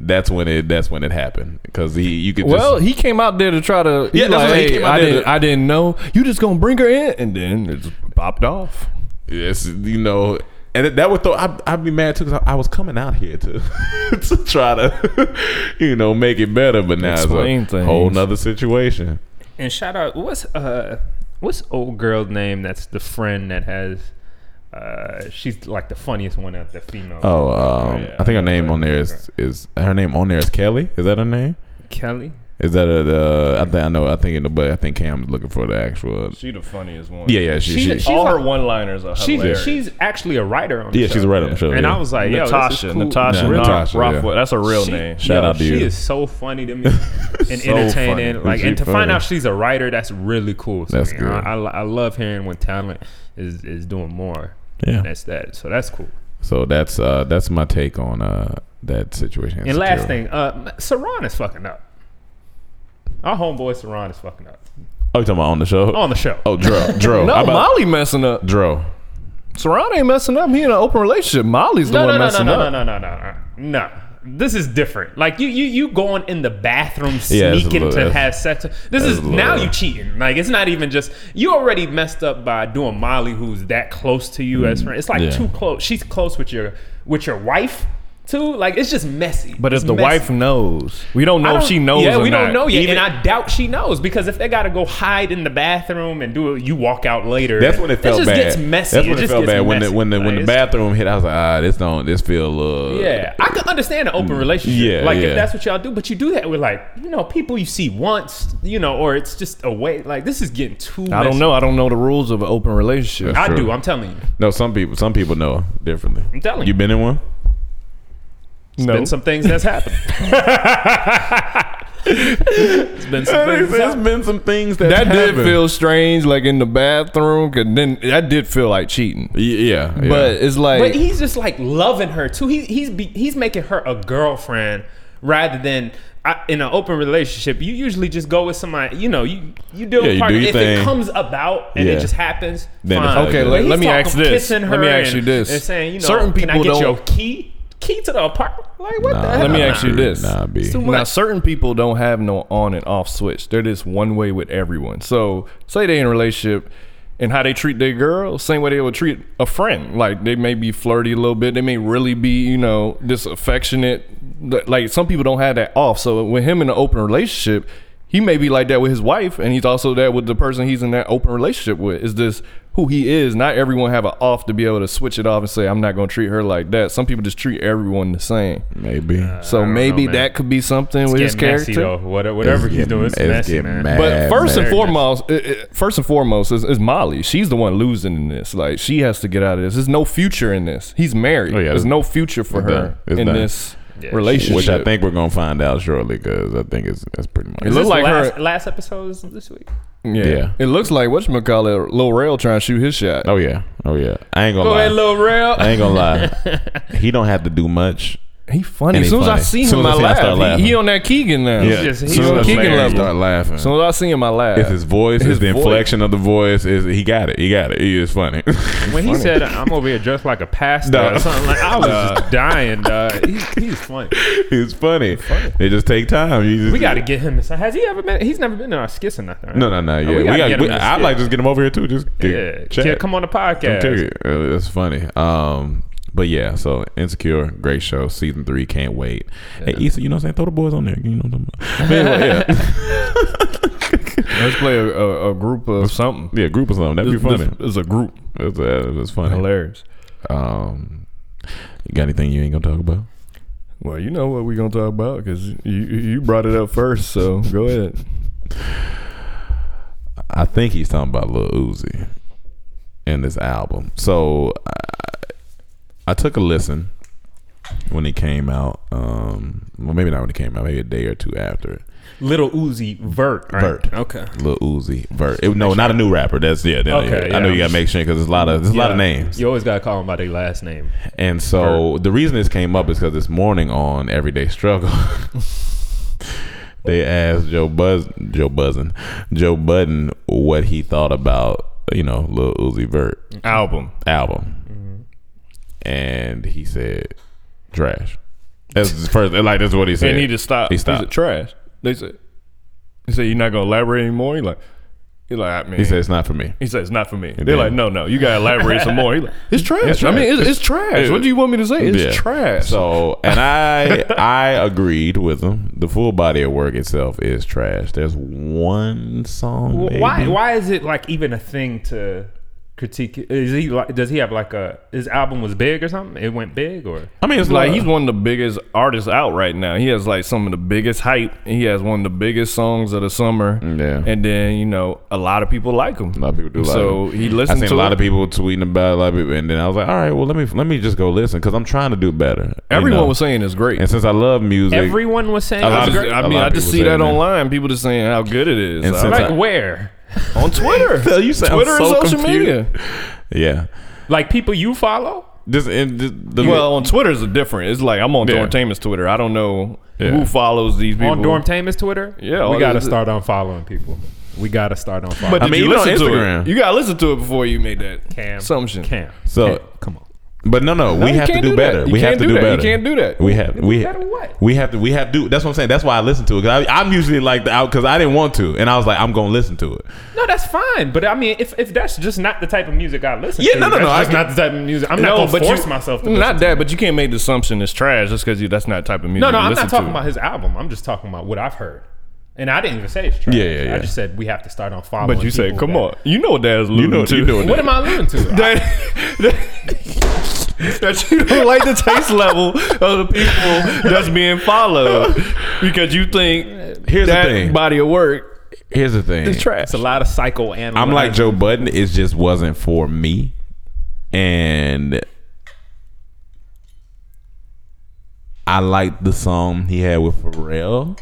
[SPEAKER 6] that's when it that's when it happened because he you could
[SPEAKER 7] well,
[SPEAKER 6] just,
[SPEAKER 7] he came out there to try to.
[SPEAKER 6] Yeah,
[SPEAKER 7] Yeah,
[SPEAKER 6] that's what he came out
[SPEAKER 7] I
[SPEAKER 6] there
[SPEAKER 7] didn't.
[SPEAKER 6] to-
[SPEAKER 7] I didn't know. You just gonna bring her in, and then it's popped off.
[SPEAKER 6] yes, you know. And that- that would throw. I'd, I'd be mad too because I, I was coming out here to to try to, you know, make it better. But now
[SPEAKER 7] Explain
[SPEAKER 6] it's a whole
[SPEAKER 7] things.
[SPEAKER 6] nother situation.
[SPEAKER 4] And shout out what's uh what's old girl name that's the friend that has uh she's like the funniest one out the female.
[SPEAKER 6] Oh, um,
[SPEAKER 4] yeah.
[SPEAKER 6] I think her name on there is is her name on there is Kelly. Is that her name?
[SPEAKER 4] Kelly.
[SPEAKER 6] Is that a, the? I think I know. I think in the but I think Cam's looking for the actual.
[SPEAKER 7] She the funniest one.
[SPEAKER 6] Yeah, yeah, she,
[SPEAKER 4] She's-
[SPEAKER 6] she,
[SPEAKER 4] she's All her like-
[SPEAKER 7] one-liners are
[SPEAKER 4] She's she's actually a writer on the
[SPEAKER 6] yeah,
[SPEAKER 4] show.
[SPEAKER 6] she's right on the show.
[SPEAKER 4] And
[SPEAKER 6] yeah.
[SPEAKER 4] I was like, yo, this is
[SPEAKER 7] Natasha,
[SPEAKER 4] cool.
[SPEAKER 7] Natasha,
[SPEAKER 6] Yeah,
[SPEAKER 7] Ro-
[SPEAKER 6] Natasha, yeah.
[SPEAKER 7] Rothwell. That's a real
[SPEAKER 4] She-
[SPEAKER 7] name.
[SPEAKER 6] Shout
[SPEAKER 4] yo,
[SPEAKER 6] out to
[SPEAKER 4] She
[SPEAKER 6] you.
[SPEAKER 4] is so funny to me and entertaining.
[SPEAKER 7] funny.
[SPEAKER 4] Like,
[SPEAKER 6] She
[SPEAKER 4] and to
[SPEAKER 6] funny.
[SPEAKER 4] find out she's a writer, that's really cool. To
[SPEAKER 6] That's
[SPEAKER 4] me.
[SPEAKER 6] good.
[SPEAKER 4] I, I, lo- I love hearing when talent is is doing more.
[SPEAKER 6] Yeah.
[SPEAKER 4] That's that. So that's cool.
[SPEAKER 6] so that's uh that's my take on uh that situation.
[SPEAKER 4] And last
[SPEAKER 6] Security.
[SPEAKER 4] thing, uh, Saran is fucking up. Our homeboy Saran is fucking up
[SPEAKER 6] oh, you talking about on the show?
[SPEAKER 4] on the show.
[SPEAKER 6] oh, Dro, Dro,
[SPEAKER 7] No,
[SPEAKER 6] I about-
[SPEAKER 7] Molly messing up.
[SPEAKER 6] Dro.
[SPEAKER 7] Saran ain't messing up. He in an open relationship. Molly's the
[SPEAKER 4] no, no,
[SPEAKER 7] one
[SPEAKER 4] no, no,
[SPEAKER 7] messing
[SPEAKER 4] no,
[SPEAKER 7] up.
[SPEAKER 4] no, no, no, no, no. This is different. Like you, you, you going in the bathroom
[SPEAKER 6] Yeah, it's a
[SPEAKER 4] sneaking
[SPEAKER 6] little-
[SPEAKER 4] to
[SPEAKER 6] that's-
[SPEAKER 4] have sex. This is
[SPEAKER 6] a little-
[SPEAKER 4] now you cheating. Like it's not even just you already messed up by doing Molly, who's that close to you as friend. It's like
[SPEAKER 6] Mm, yeah.
[SPEAKER 4] too close. She's close with your with your wife too. Like it's just messy.
[SPEAKER 7] But
[SPEAKER 4] it's
[SPEAKER 7] if the
[SPEAKER 4] messy.
[SPEAKER 7] wife knows, we don't know
[SPEAKER 4] I
[SPEAKER 7] if
[SPEAKER 4] don't-
[SPEAKER 7] Oh, she knows.
[SPEAKER 4] Yeah,
[SPEAKER 7] or
[SPEAKER 4] we
[SPEAKER 7] not.
[SPEAKER 4] don't know yet,
[SPEAKER 7] Even-
[SPEAKER 4] and I doubt she knows because if they got to go hide in the bathroom and do it, you walk out later.
[SPEAKER 6] That's when it felt
[SPEAKER 4] just
[SPEAKER 6] bad.
[SPEAKER 4] Gets messy.
[SPEAKER 6] That's when it,
[SPEAKER 4] just
[SPEAKER 6] felt
[SPEAKER 4] gets
[SPEAKER 6] bad when the
[SPEAKER 4] messy.
[SPEAKER 6] when the when
[SPEAKER 4] Like,
[SPEAKER 6] the
[SPEAKER 4] it's-
[SPEAKER 6] bathroom hit. I was like, ah, this don't this feel a little.
[SPEAKER 4] Yeah, I can understand an open relationship.
[SPEAKER 6] Mm. Yeah,
[SPEAKER 4] like
[SPEAKER 6] yeah.
[SPEAKER 4] if that's what y'all do, but you do that with like you know people you see once, you know, or it's just a way. Like this is getting too.
[SPEAKER 7] I don't
[SPEAKER 4] messy.
[SPEAKER 7] know. I don't know the rules of an open relationship.
[SPEAKER 4] I
[SPEAKER 6] True.
[SPEAKER 4] do. I'm telling you.
[SPEAKER 6] No, some people some people know differently. I'm
[SPEAKER 4] telling
[SPEAKER 6] you.
[SPEAKER 4] you.
[SPEAKER 6] been in one?
[SPEAKER 7] no.
[SPEAKER 4] Been some things that's happened. it's been some
[SPEAKER 6] There's
[SPEAKER 4] things. That's happened.
[SPEAKER 6] been some things that
[SPEAKER 7] that did feel strange, like in the bathroom. Cause then that did feel like cheating.
[SPEAKER 6] Yeah, yeah.
[SPEAKER 7] But it's like
[SPEAKER 4] But he's just like loving her too. He, he's be, he's making her a girlfriend rather than I, in an open relationship. You usually just go with somebody. You know, you you do
[SPEAKER 6] Yeah,
[SPEAKER 4] a
[SPEAKER 6] you
[SPEAKER 4] partner.
[SPEAKER 6] do your
[SPEAKER 4] if
[SPEAKER 6] thing.
[SPEAKER 4] it comes about and
[SPEAKER 6] Yeah.
[SPEAKER 4] it just happens,
[SPEAKER 6] Then it's
[SPEAKER 4] fine.
[SPEAKER 6] okay. Okay,
[SPEAKER 4] But
[SPEAKER 6] let-
[SPEAKER 4] he's
[SPEAKER 7] let me
[SPEAKER 4] talking-
[SPEAKER 7] ask this.
[SPEAKER 4] kissing
[SPEAKER 7] Let
[SPEAKER 4] her
[SPEAKER 7] me ask
[SPEAKER 4] and-
[SPEAKER 7] you this.
[SPEAKER 4] and saying, you know,
[SPEAKER 7] Certain
[SPEAKER 4] can I
[SPEAKER 7] people
[SPEAKER 4] get
[SPEAKER 7] don't-
[SPEAKER 4] your key key to the apartment? Like what? the
[SPEAKER 6] Nah,
[SPEAKER 4] hell?
[SPEAKER 7] Let me
[SPEAKER 6] nah,
[SPEAKER 7] ask you
[SPEAKER 6] nah,
[SPEAKER 7] this.
[SPEAKER 6] Nah, B.
[SPEAKER 4] It's too
[SPEAKER 7] Now,
[SPEAKER 4] much.
[SPEAKER 7] certain people don't have no on and off switch. They're just one way with everyone. So, say they in a relationship and how they treat their girl, same way they would treat a friend. Like, they may be flirty a little bit. They may really be, you know, just affectionate. Th- Like, some people don't have that off. So, with him in an open relationship, he may be like that with his wife, and he's also that with the person he's in that open relationship with. Is this who he is? Not everyone have an off to be able to switch it off and say, "I'm not going to treat her like that." Some people just treat everyone the same.
[SPEAKER 6] Maybe.
[SPEAKER 7] So maybe that could be something with
[SPEAKER 4] It's
[SPEAKER 7] his
[SPEAKER 4] getting messy,
[SPEAKER 7] character.
[SPEAKER 4] though. What- Whatever
[SPEAKER 6] It's
[SPEAKER 4] he's doing, it's
[SPEAKER 6] getting- it's
[SPEAKER 4] messy,
[SPEAKER 6] getting
[SPEAKER 4] man.
[SPEAKER 6] mad,
[SPEAKER 7] But first
[SPEAKER 6] man.
[SPEAKER 7] and foremost, it, it- first and foremost is, is Molly. She's the one losing in this. Like she has to get out of this. There's no future in this. He's married.
[SPEAKER 6] Oh, yeah.
[SPEAKER 7] There's no future for
[SPEAKER 6] It's
[SPEAKER 7] her
[SPEAKER 6] done. It's
[SPEAKER 7] in
[SPEAKER 6] done.
[SPEAKER 7] this relationship.
[SPEAKER 6] Which I think we're gonna find out shortly because I think it's that's pretty much.
[SPEAKER 7] It looks
[SPEAKER 4] This
[SPEAKER 7] like
[SPEAKER 4] last,
[SPEAKER 7] her.
[SPEAKER 4] last episode is this week.
[SPEAKER 7] Yeah.
[SPEAKER 6] Yeah.
[SPEAKER 7] It looks like what you call it. Lil Rail trying to shoot his shot.
[SPEAKER 6] oh yeah, oh yeah. I ain't gonna
[SPEAKER 4] Go
[SPEAKER 6] lie.
[SPEAKER 4] ahead, little rail.
[SPEAKER 6] I ain't gonna lie. he don't have to do much.
[SPEAKER 7] He funny.
[SPEAKER 6] And
[SPEAKER 7] As
[SPEAKER 6] he
[SPEAKER 7] soon
[SPEAKER 6] funny.
[SPEAKER 7] as I see
[SPEAKER 6] Soon
[SPEAKER 7] him,
[SPEAKER 6] as
[SPEAKER 7] I
[SPEAKER 6] I see him, I start
[SPEAKER 7] laugh. He,
[SPEAKER 6] laughing.
[SPEAKER 7] he on that Keegan now.
[SPEAKER 6] Yeah,
[SPEAKER 4] just- he's
[SPEAKER 6] soon
[SPEAKER 4] on
[SPEAKER 6] as
[SPEAKER 7] Keegan
[SPEAKER 6] Larry
[SPEAKER 7] level.
[SPEAKER 6] start laughing.
[SPEAKER 7] As soon as I see him, I laugh.
[SPEAKER 6] it's his voice,
[SPEAKER 7] His
[SPEAKER 6] it's the
[SPEAKER 7] voice.
[SPEAKER 6] inflection of the voice. Is he got it? He got it. He is funny.
[SPEAKER 4] When he said, "I'm over here dressed like a pastor"
[SPEAKER 6] Nah.
[SPEAKER 4] or something like, I was just dying. Dog. He, he's funny.
[SPEAKER 6] He's funny. They just take time. You just,
[SPEAKER 4] We got to get him. inside. Has he ever been? He's never been in our skits or nothing. Right?
[SPEAKER 6] No, no, no. Yeah,
[SPEAKER 4] Oh, we
[SPEAKER 6] we
[SPEAKER 4] gotta
[SPEAKER 6] got.
[SPEAKER 4] get
[SPEAKER 6] We,
[SPEAKER 4] him in the
[SPEAKER 6] I'd
[SPEAKER 4] skit.
[SPEAKER 6] like to just get him over here too. Just get,
[SPEAKER 4] Yeah,
[SPEAKER 6] chat.
[SPEAKER 4] kid, come on the podcast.
[SPEAKER 6] Take it. Uh, That's funny. Um, but yeah, so Insecure, great show. Season three, can't wait. Hey, Issa, you know what I'm saying? Throw the boys on there. You know what I'm talking about? But anyway, yeah,
[SPEAKER 7] Let's play a, a, a group of something.
[SPEAKER 6] yeah, group or something. That'd be
[SPEAKER 7] This,
[SPEAKER 6] funny.
[SPEAKER 7] this is a group.
[SPEAKER 6] That's uh, that's funny.
[SPEAKER 7] Hilarious.
[SPEAKER 6] Um, you got anything you ain't gonna talk about?
[SPEAKER 7] Well, you know what we're gonna talk about because you you brought it up first. So go ahead.
[SPEAKER 6] I think he's talking about Lil Uzi in this album. So I, I took a listen when it came out. Um, well, maybe not when it came out. Maybe a day or two after it.
[SPEAKER 4] Little Uzi Vert. Right?
[SPEAKER 6] Vert.
[SPEAKER 4] Okay.
[SPEAKER 6] Lil Uzi Vert. It- no, not a new rapper. That's yeah. that-
[SPEAKER 4] Okay,
[SPEAKER 6] I
[SPEAKER 4] yeah.
[SPEAKER 6] know you gotta make sure because there's a lot of there's a lot of
[SPEAKER 4] Yeah.
[SPEAKER 6] names.
[SPEAKER 4] You always gotta call them by their last name.
[SPEAKER 6] And so the reason this came up is because this morning on Everyday Struggle, they asked Joe Buzz, Joe Buzzin, Joe Budden what he thought about you know Lil Uzi Vert
[SPEAKER 7] Album.
[SPEAKER 6] album,
[SPEAKER 4] Mm-hmm.
[SPEAKER 6] and he said trash. That's his first. Like that's what he said.
[SPEAKER 7] They need to stop.
[SPEAKER 6] He
[SPEAKER 7] He said,
[SPEAKER 6] stopped.
[SPEAKER 7] trash. They said. He said you're not gonna elaborate anymore. He like. He like I mean.
[SPEAKER 6] He said it's not for me.
[SPEAKER 7] He said it's not for me. They're
[SPEAKER 6] then-
[SPEAKER 7] like, no, no, you gotta elaborate some more. He like, it's trash.
[SPEAKER 6] It's
[SPEAKER 7] I
[SPEAKER 6] trash.
[SPEAKER 7] mean, it's, it's trash. What do you want me to say? It's
[SPEAKER 6] Yeah.
[SPEAKER 7] trash.
[SPEAKER 6] So, and I I agreed with him. The full body of work itself is trash. There's one song.
[SPEAKER 4] Well, why?
[SPEAKER 6] maybe.
[SPEAKER 4] Why is it like even a thing to critique? it? Is he like? Does he have like a? His album was big or something. It went big or
[SPEAKER 6] I mean, it's
[SPEAKER 7] like
[SPEAKER 6] love.
[SPEAKER 7] he's one of the biggest artists out right now. He has like some of the biggest hype. He has one of the biggest songs of the summer.
[SPEAKER 6] Yeah.
[SPEAKER 7] And then you know a lot of people like him.
[SPEAKER 6] A lot of people do. like
[SPEAKER 7] So
[SPEAKER 6] it.
[SPEAKER 7] he
[SPEAKER 6] I
[SPEAKER 7] listened
[SPEAKER 6] seen
[SPEAKER 7] to
[SPEAKER 6] a lot
[SPEAKER 7] it.
[SPEAKER 6] of people tweeting about it, a lot of people, and then I was like, all right, well, let me let me just go listen because I'm trying to do better. you
[SPEAKER 7] Everyone
[SPEAKER 6] know?
[SPEAKER 7] was saying it's great.
[SPEAKER 6] and since I love music,
[SPEAKER 4] everyone was saying?
[SPEAKER 6] A
[SPEAKER 4] it
[SPEAKER 6] lot
[SPEAKER 4] was
[SPEAKER 6] of-
[SPEAKER 4] great.
[SPEAKER 7] I
[SPEAKER 6] a
[SPEAKER 7] mean,
[SPEAKER 6] lot
[SPEAKER 7] I
[SPEAKER 6] of
[SPEAKER 7] just
[SPEAKER 6] people
[SPEAKER 7] see that
[SPEAKER 6] saying that.
[SPEAKER 7] online. People just saying how good it is
[SPEAKER 6] And
[SPEAKER 7] I-
[SPEAKER 6] since
[SPEAKER 7] like,
[SPEAKER 4] like where?
[SPEAKER 7] on Twitter.
[SPEAKER 6] So Oh, you sound
[SPEAKER 7] Twitter
[SPEAKER 6] so
[SPEAKER 7] and social
[SPEAKER 6] confused.
[SPEAKER 7] media.
[SPEAKER 6] yeah,
[SPEAKER 4] Like people you follow?
[SPEAKER 6] this and this, the
[SPEAKER 7] Well, on Twitter is different. It's like I'm on
[SPEAKER 6] Yeah.
[SPEAKER 7] Dormtainment's Twitter. I don't know
[SPEAKER 6] Yeah.
[SPEAKER 7] who follows these people.
[SPEAKER 4] On Dorm Tamer's Twitter?
[SPEAKER 7] Yeah,
[SPEAKER 4] we
[SPEAKER 7] all
[SPEAKER 4] gotta
[SPEAKER 7] this-
[SPEAKER 4] start on following people. We gotta start on following.
[SPEAKER 7] But
[SPEAKER 6] I
[SPEAKER 7] did
[SPEAKER 6] mean,
[SPEAKER 7] you
[SPEAKER 6] even on
[SPEAKER 7] listen to
[SPEAKER 6] Instagram.
[SPEAKER 7] it? You gotta listen to it before you made that
[SPEAKER 4] Cam,
[SPEAKER 7] assumption.
[SPEAKER 4] Cam,
[SPEAKER 6] So-
[SPEAKER 4] Cam, come on.
[SPEAKER 6] But no, no, we
[SPEAKER 7] you
[SPEAKER 6] have to
[SPEAKER 7] can't
[SPEAKER 6] do
[SPEAKER 7] do that.
[SPEAKER 6] better.
[SPEAKER 7] You
[SPEAKER 6] We
[SPEAKER 7] can't
[SPEAKER 6] have to
[SPEAKER 7] do
[SPEAKER 6] do
[SPEAKER 7] that. You
[SPEAKER 6] better.
[SPEAKER 7] can't do that.
[SPEAKER 6] We have we
[SPEAKER 4] better what?
[SPEAKER 6] we have to we have to. That's what I'm saying. That's why I listen to it. Cause I, I'm usually like the out because I didn't want to, and I was like, I'm gonna listen to it.
[SPEAKER 4] No, that's fine. But I mean, if, if that's just not the type of music I listen
[SPEAKER 6] Yeah,
[SPEAKER 4] to,
[SPEAKER 6] no, no,
[SPEAKER 4] that's
[SPEAKER 6] no, I
[SPEAKER 4] just
[SPEAKER 6] get-
[SPEAKER 4] not the type of music. I'm not gonna force myself to listen
[SPEAKER 7] Not
[SPEAKER 4] to
[SPEAKER 7] that, but you can't make the assumption it's trash just because that's not the type of music.
[SPEAKER 4] No, no,
[SPEAKER 7] you
[SPEAKER 4] I'm
[SPEAKER 7] listen
[SPEAKER 4] not talking
[SPEAKER 7] to.
[SPEAKER 4] about his album. I'm just talking about what I've heard. And I didn't even say it's trash.
[SPEAKER 6] Yeah, yeah, yeah.
[SPEAKER 4] I just said we have to start on following.
[SPEAKER 7] But you say,
[SPEAKER 4] people
[SPEAKER 7] come
[SPEAKER 4] that-
[SPEAKER 7] on, you know what that is alluding
[SPEAKER 6] know-
[SPEAKER 7] to.
[SPEAKER 6] you know what
[SPEAKER 4] What am I alluding to? I-
[SPEAKER 7] that, that- that you don't like the taste level of the people that's being followed because you think
[SPEAKER 6] Here's
[SPEAKER 7] that
[SPEAKER 6] the thing.
[SPEAKER 7] body of work
[SPEAKER 6] Here's the thing.
[SPEAKER 7] is trash.
[SPEAKER 4] it's a lot of psychoanalysis.
[SPEAKER 6] I'm like Joe Budden. It just wasn't for me, and I liked the song he had with Pharrell,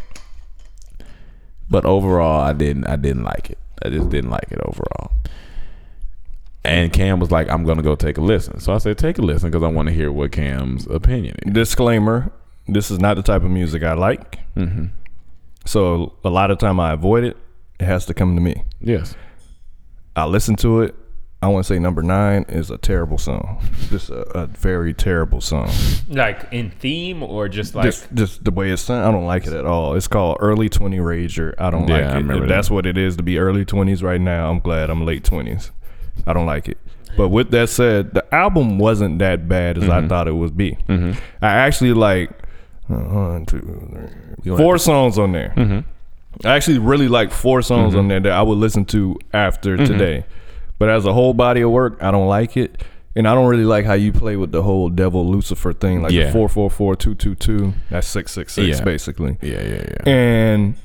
[SPEAKER 6] but overall, I didn't. I didn't like it. I just didn't like it overall. And Cam was like, "I'm gonna go take a listen." So I said, "Take a listen," because I want to hear what Cam's opinion is.
[SPEAKER 7] Disclaimer: This is not the type of music I like. So a lot of time I avoid it. It has to come to me.
[SPEAKER 6] Yes.
[SPEAKER 7] I listen to it. I want to say number nine is a terrible song. Just a, a very terrible song.
[SPEAKER 4] like in theme or just like
[SPEAKER 7] just, just the way it's sound, I don't like it at all. It's called early twenty rager. I don't
[SPEAKER 6] Yeah,
[SPEAKER 7] like it.
[SPEAKER 6] I remember
[SPEAKER 7] If
[SPEAKER 6] that.
[SPEAKER 7] that's what it is to be early twenties right now. I'm glad I'm late twenties. I don't like it. But with that said, the album wasn't that bad as
[SPEAKER 6] Mm-hmm.
[SPEAKER 7] I thought it would be. I actually like uh, one, two, three, four songs on there.
[SPEAKER 6] Mm-hmm.
[SPEAKER 7] I actually really like four songs on there that I would listen to after
[SPEAKER 6] Mm-hmm.
[SPEAKER 7] today. But as a whole body of work, I don't like it. And I don't really like how you play with the whole devil Lucifer thing, like
[SPEAKER 6] Yeah.
[SPEAKER 7] the four four four two two two. That's six six six
[SPEAKER 6] Yeah.
[SPEAKER 7] basically.
[SPEAKER 6] Yeah, yeah, yeah.
[SPEAKER 7] And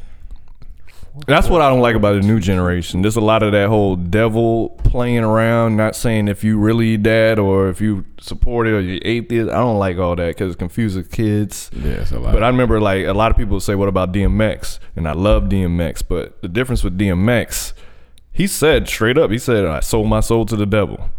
[SPEAKER 7] that's what I don't like about the new generation. There's a lot of that whole devil playing around, not saying if you really that or if you support it or you atheist. I don't like all that because it confuses kids.
[SPEAKER 6] Yeah, it's a lot.
[SPEAKER 7] But I remember like a lot of people say, "What about DMX?" And I love DMX, but the difference with DMX, he said straight up, he said, "I sold my soul to the devil,"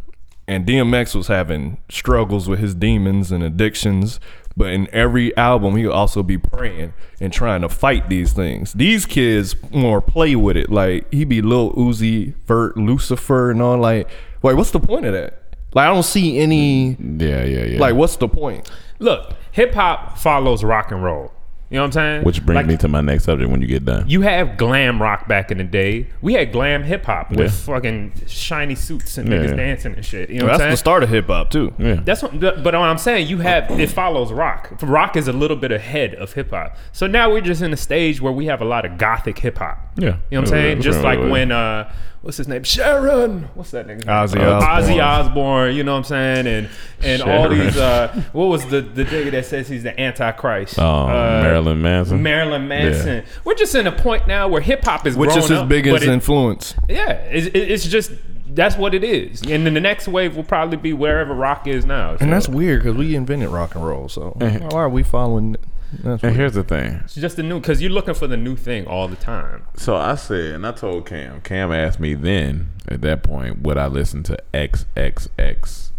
[SPEAKER 7] and DMX was having struggles with his demons and addictions. But in every album, he would also be praying and trying to fight these things. These kids more play with it, like he be little Uzi, Vert, Lucifer, and all. Like, wait, what's the point of that? Like, I don't see any.
[SPEAKER 6] yeah, yeah, yeah.
[SPEAKER 7] Like, what's the point?
[SPEAKER 4] look, hip hop follows rock and roll. You know what I'm saying?
[SPEAKER 6] Which brings
[SPEAKER 4] Like,
[SPEAKER 6] me to my next subject when you get done.
[SPEAKER 4] You have glam rock back in the day. We had glam hip hop with
[SPEAKER 6] Yeah.
[SPEAKER 4] fucking shiny suits and
[SPEAKER 6] Yeah,
[SPEAKER 4] niggas
[SPEAKER 6] yeah.
[SPEAKER 4] dancing and shit. You know
[SPEAKER 7] That's
[SPEAKER 4] what I'm saying?
[SPEAKER 7] the start of hip hop too.
[SPEAKER 6] yeah.
[SPEAKER 4] That's what, but what I'm saying, you have it follows rock. Rock is a little bit ahead of hip hop. So now we're just in a stage where we have a lot of gothic hip hop.
[SPEAKER 6] Yeah.
[SPEAKER 4] you know what I'm
[SPEAKER 6] Yeah,
[SPEAKER 4] saying?
[SPEAKER 6] yeah,
[SPEAKER 4] just
[SPEAKER 6] yeah,
[SPEAKER 4] like
[SPEAKER 6] yeah.
[SPEAKER 4] when uh, what's his name? Sharon. What's that nigga?
[SPEAKER 7] Ozzy Osbourne.
[SPEAKER 4] Ozzy Osbourne. You know what I'm saying? And and all
[SPEAKER 6] Sharon.
[SPEAKER 4] these uh, what was the the nigga that says he's the antichrist?
[SPEAKER 6] Um,
[SPEAKER 4] Uh,
[SPEAKER 6] Marilyn Manson.
[SPEAKER 4] Marilyn Manson. We're just in a point now where hip hop is
[SPEAKER 7] Which
[SPEAKER 4] grown
[SPEAKER 7] is his
[SPEAKER 4] up, but
[SPEAKER 7] biggest
[SPEAKER 4] it-
[SPEAKER 7] influence?
[SPEAKER 4] yeah, it's, it- it's just that's what it is. And then the next wave will probably be wherever rock is now.
[SPEAKER 7] And
[SPEAKER 4] So
[SPEAKER 7] that's weird because we invented rock and roll. So why are we following? That's
[SPEAKER 6] And
[SPEAKER 7] weird.
[SPEAKER 6] here's the thing.
[SPEAKER 4] it's just the new because you're looking for the new thing all the time.
[SPEAKER 6] So I said, and I told Cam. Cam asked me then at that point, would I listen to XXX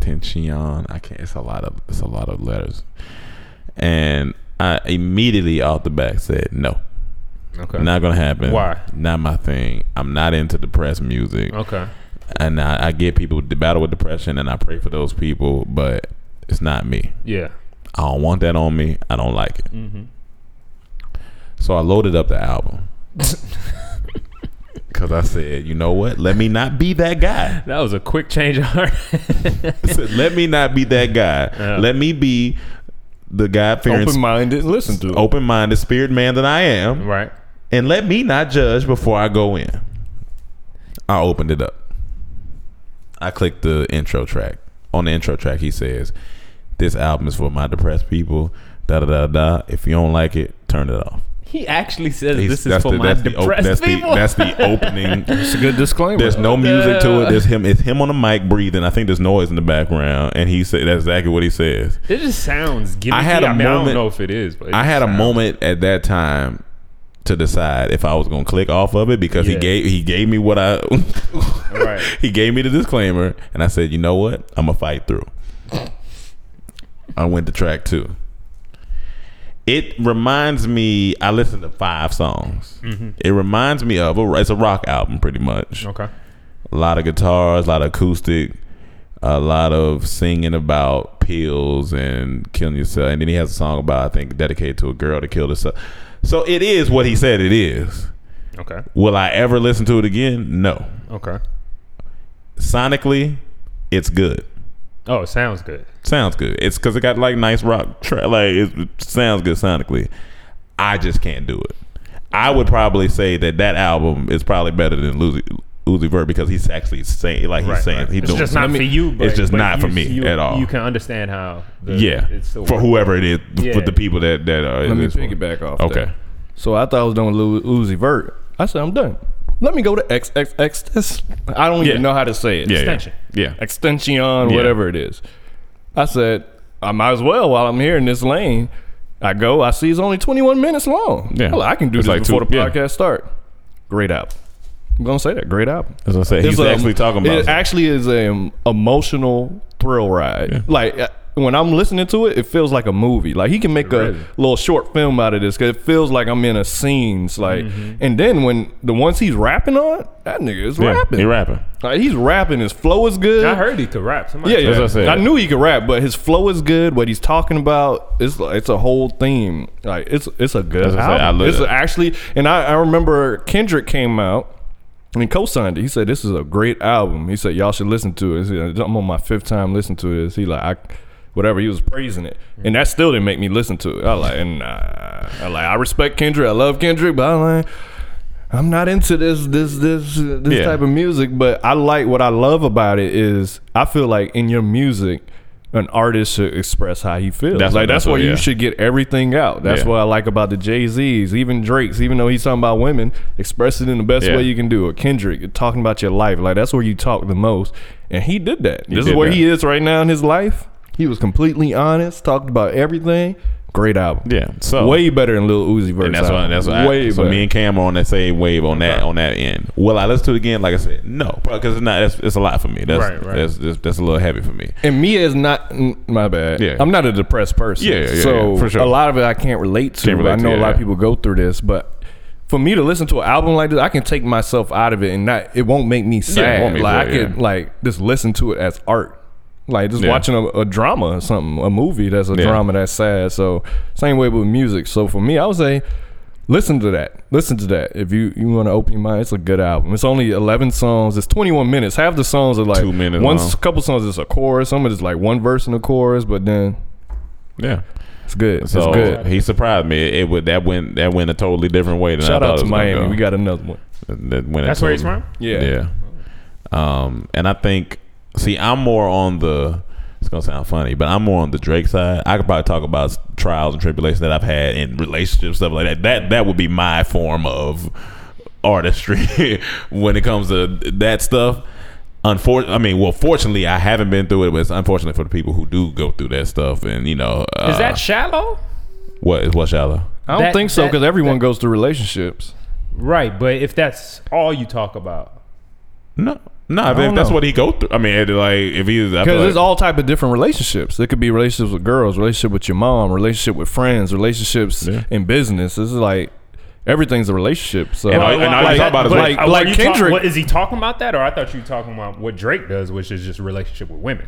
[SPEAKER 6] Tension? I can't. It's a lot of it's a lot of letters, and I immediately off the back said no.
[SPEAKER 4] Okay.
[SPEAKER 6] Not gonna happen.
[SPEAKER 4] Why?
[SPEAKER 6] Not my thing. I'm not into depressed music.
[SPEAKER 4] Okay.
[SPEAKER 6] And I, I get people to battle with depression, and I pray for those people, but it's not me.
[SPEAKER 4] Yeah.
[SPEAKER 6] I don't want that on me. I don't like it. So I loaded up the album because I said, you know what? Let me not be that guy.
[SPEAKER 4] That was a quick change of heart.
[SPEAKER 6] I said, Let me not be that guy.
[SPEAKER 4] Yeah.
[SPEAKER 6] Let me be the God fearing,
[SPEAKER 7] Open minded, listen to it.
[SPEAKER 6] open minded spirit man that I am,
[SPEAKER 4] right.
[SPEAKER 6] and let me not judge before I go in. I opened it up. I clicked the intro track. On the intro track, he says, "This album is for my depressed people." Da da da da. If you don't like it, turn it off.
[SPEAKER 4] He actually says
[SPEAKER 6] He's-
[SPEAKER 4] this is
[SPEAKER 6] that's
[SPEAKER 4] for
[SPEAKER 6] the-
[SPEAKER 4] my
[SPEAKER 6] that's the op-
[SPEAKER 4] depressed
[SPEAKER 6] that's the-
[SPEAKER 4] people.
[SPEAKER 6] that's the opening.
[SPEAKER 7] It's a good disclaimer.
[SPEAKER 6] There's no music to it. There's him. It's him on the mic breathing. I think there's noise in the background, and he said that's exactly what he says.
[SPEAKER 4] it just sounds. Gimmicky.
[SPEAKER 6] I
[SPEAKER 4] I
[SPEAKER 6] had a
[SPEAKER 4] mean, I
[SPEAKER 6] moment-
[SPEAKER 4] don't know if it is, but it
[SPEAKER 6] I
[SPEAKER 4] just
[SPEAKER 6] had a
[SPEAKER 4] sounds-
[SPEAKER 6] moment at that time to decide if I was gonna click off of it because he
[SPEAKER 4] Yeah.
[SPEAKER 6] gave he gave me what I
[SPEAKER 4] Right.
[SPEAKER 6] he gave me the disclaimer, and I said, you know what, I'm gonna fight through. I went to track two. It reminds me. I listened to five songs. It reminds me of a. It's a rock album, pretty much.
[SPEAKER 4] Okay.
[SPEAKER 6] a lot of guitars, a lot of acoustic, a lot of singing about pills and killing yourself. And then he has a song about, I think, dedicated to a girl that killed herself. So it is what he said it is.
[SPEAKER 4] Okay.
[SPEAKER 6] Will I ever listen to it again? No.
[SPEAKER 4] Okay.
[SPEAKER 6] Sonically, it's good.
[SPEAKER 4] Oh, it sounds good.
[SPEAKER 6] Sounds good. It's because it got like nice rock track. Like it, it sounds good sonically. I just can't do it. I would probably say that that album is probably better than Uzi, Uzi Vert because he's actually saying like he's
[SPEAKER 4] Right,
[SPEAKER 6] saying
[SPEAKER 4] right.
[SPEAKER 6] he's
[SPEAKER 4] It's
[SPEAKER 6] doing
[SPEAKER 4] just not
[SPEAKER 6] something.
[SPEAKER 4] for you. But,
[SPEAKER 6] it's just
[SPEAKER 4] but
[SPEAKER 6] not
[SPEAKER 4] you-
[SPEAKER 6] for me
[SPEAKER 4] you-
[SPEAKER 6] at all.
[SPEAKER 4] You can understand how. The,
[SPEAKER 6] yeah,
[SPEAKER 4] It's still
[SPEAKER 6] for whoever it is,
[SPEAKER 4] Yeah.
[SPEAKER 6] for the people that that are.
[SPEAKER 7] Let me
[SPEAKER 6] it's for.
[SPEAKER 7] piggyback off.
[SPEAKER 6] Okay,
[SPEAKER 7] that. So I thought I was doing Lu- Uzi Vert. I said I'm done. Let me go to XXX. This I don't
[SPEAKER 6] Yeah.
[SPEAKER 7] even know how to say it.
[SPEAKER 6] yeah, yeah,
[SPEAKER 4] Extension.
[SPEAKER 6] yeah.
[SPEAKER 7] Extension, whatever it is. I said I might as well while I'm here in this lane. I go. I see it's only 21 minutes long.
[SPEAKER 6] Yeah.
[SPEAKER 7] Well, I can do
[SPEAKER 6] It's
[SPEAKER 7] this
[SPEAKER 6] like two-
[SPEAKER 7] before the
[SPEAKER 6] yeah.
[SPEAKER 7] podcast start. Great album. I'm gonna say that. Great album.
[SPEAKER 6] As I said, he's
[SPEAKER 7] It's a-
[SPEAKER 6] actually talking about.
[SPEAKER 7] um, It actually is an emotional thrill ride. Like uh, when I'm listening to it, it feels like a movie. Like he can make
[SPEAKER 4] Really?
[SPEAKER 7] a little short film out of this because it feels like I'm in a scenes. Like,
[SPEAKER 4] Mm-hmm.
[SPEAKER 7] and then when the ones he's rapping on, that nigga is
[SPEAKER 6] yeah,
[SPEAKER 7] rapping.
[SPEAKER 6] He rapping.
[SPEAKER 7] Like, he's rapping. His flow is good.
[SPEAKER 4] I heard he could rap. Somebody
[SPEAKER 7] Yeah, yeah.
[SPEAKER 6] That's what I said.
[SPEAKER 7] I knew he could rap, but his flow is good. What he's talking about, it's like- it's a whole theme. Like it's it's a good
[SPEAKER 6] That's what I said.
[SPEAKER 7] album.
[SPEAKER 6] I love
[SPEAKER 7] it's
[SPEAKER 6] it.
[SPEAKER 7] actually, and I, I remember Kendrick came out and co-signed it. He said this is a great album. He said y'all should listen to it. He said, I'm on my fifth time listening to this. He like I. Whatever he was praising it, and that still didn't make me listen to it. I like, and uh, I like, I respect Kendrick, I love Kendrick, but I like, I'm not into this this this uh, this
[SPEAKER 6] Yeah.
[SPEAKER 7] type of music, but I like what I love about it is I feel like in your music, an artist should express how he feels.
[SPEAKER 6] That's
[SPEAKER 7] like
[SPEAKER 6] what-
[SPEAKER 7] that's
[SPEAKER 6] that's
[SPEAKER 7] where
[SPEAKER 6] what- yeah.
[SPEAKER 7] you should get everything out. That's
[SPEAKER 6] Yeah.
[SPEAKER 7] what I like about the Jay Z's, even Drake's, even though he's talking about women, express it in the best
[SPEAKER 6] Yeah.
[SPEAKER 7] way you can do. Or Kendrick talking about your life, like that's where you talk the most, and he did that. this is
[SPEAKER 6] did
[SPEAKER 7] where
[SPEAKER 6] that.
[SPEAKER 7] he is right now in his life. He was completely honest, talked about everything. Great album.
[SPEAKER 6] Yeah, so
[SPEAKER 7] Way better than Lil Uzi verse.
[SPEAKER 6] and that's why
[SPEAKER 7] album.
[SPEAKER 6] that's why
[SPEAKER 7] Way
[SPEAKER 6] I, so
[SPEAKER 7] better.
[SPEAKER 6] me and Cam are on that same wave on that on that end. Will I listen to it again? Like I said, no, because it's not. That's, it's a lot for me. That's,
[SPEAKER 4] Right, right.
[SPEAKER 6] That's, that's that's a little heavy for me.
[SPEAKER 7] and me is not mm, my bad.
[SPEAKER 6] Yeah.
[SPEAKER 7] I'm not a depressed person.
[SPEAKER 6] Yeah, yeah, yeah,
[SPEAKER 7] so
[SPEAKER 6] yeah, for sure.
[SPEAKER 7] a lot of it I can't relate to.
[SPEAKER 6] Can't relate
[SPEAKER 7] I
[SPEAKER 6] to,
[SPEAKER 7] know a lot
[SPEAKER 6] yeah.
[SPEAKER 7] of people go through this, but for me to listen to an album like this, I can take myself out of it and not. It won't make me sad.
[SPEAKER 6] won't make me
[SPEAKER 7] like
[SPEAKER 6] sad,
[SPEAKER 7] I can
[SPEAKER 6] yeah.
[SPEAKER 7] like just listen to it as art. Like just
[SPEAKER 6] Yeah.
[SPEAKER 7] watching a, a drama or something, a movie that's a
[SPEAKER 6] Yeah.
[SPEAKER 7] drama that's sad. So same way with music. So for me, I would say listen to that. Listen to that. If you you want to open your mind, it's a good album. It's only eleven songs. It's twenty one minutes. Half the songs are like
[SPEAKER 6] Two minutes
[SPEAKER 7] One
[SPEAKER 6] long.
[SPEAKER 7] couple songs is a chorus. Some of it's like one verse in the chorus, but then
[SPEAKER 6] Yeah.
[SPEAKER 7] it's good.
[SPEAKER 6] So
[SPEAKER 7] it's good.
[SPEAKER 6] he surprised me. It, would that went that went a totally different way than
[SPEAKER 7] Shout
[SPEAKER 6] I thought
[SPEAKER 7] out
[SPEAKER 6] it
[SPEAKER 7] to
[SPEAKER 6] was gonna
[SPEAKER 7] Miami.
[SPEAKER 6] go.
[SPEAKER 7] We got another one.
[SPEAKER 6] That- that went a
[SPEAKER 4] That's where he's
[SPEAKER 6] totally-
[SPEAKER 4] from.
[SPEAKER 6] Yeah. Um, and I think, see, I'm more on the. It's gonna sound funny, but I'm more on the Drake side. I could probably talk about trials and tribulations that I've had in relationships, stuff like that. That that would be my form of artistry when it comes to that stuff. Unfortunately, I mean, well, fortunately, I haven't been through it, but it's unfortunate for the people who do go through that stuff. And you know, uh,
[SPEAKER 4] Is that shallow?
[SPEAKER 6] what is what shallow?
[SPEAKER 7] I don't
[SPEAKER 4] That-
[SPEAKER 7] think so
[SPEAKER 4] that-
[SPEAKER 7] because everyone goes through relationships.
[SPEAKER 4] Right, but if that's all you talk about,
[SPEAKER 6] No, no, I think
[SPEAKER 7] don't
[SPEAKER 6] that's
[SPEAKER 7] know.
[SPEAKER 6] what he go through. I mean, it- like if he's I feel
[SPEAKER 7] Because
[SPEAKER 6] like-
[SPEAKER 7] there's all type of different relationships. It could be relationships with girls, relationship with your mom, relationship with friends, relationships
[SPEAKER 6] Yeah.
[SPEAKER 7] in business. This is like everything's a relationship. So
[SPEAKER 6] And all- and all you
[SPEAKER 7] like,
[SPEAKER 6] talk about is
[SPEAKER 7] like,
[SPEAKER 4] uh,
[SPEAKER 7] like,
[SPEAKER 4] were you talk-
[SPEAKER 7] Kendrick.
[SPEAKER 4] what, is he talking about that, or I thought you were talking about what Drake does, which is just relationship with women.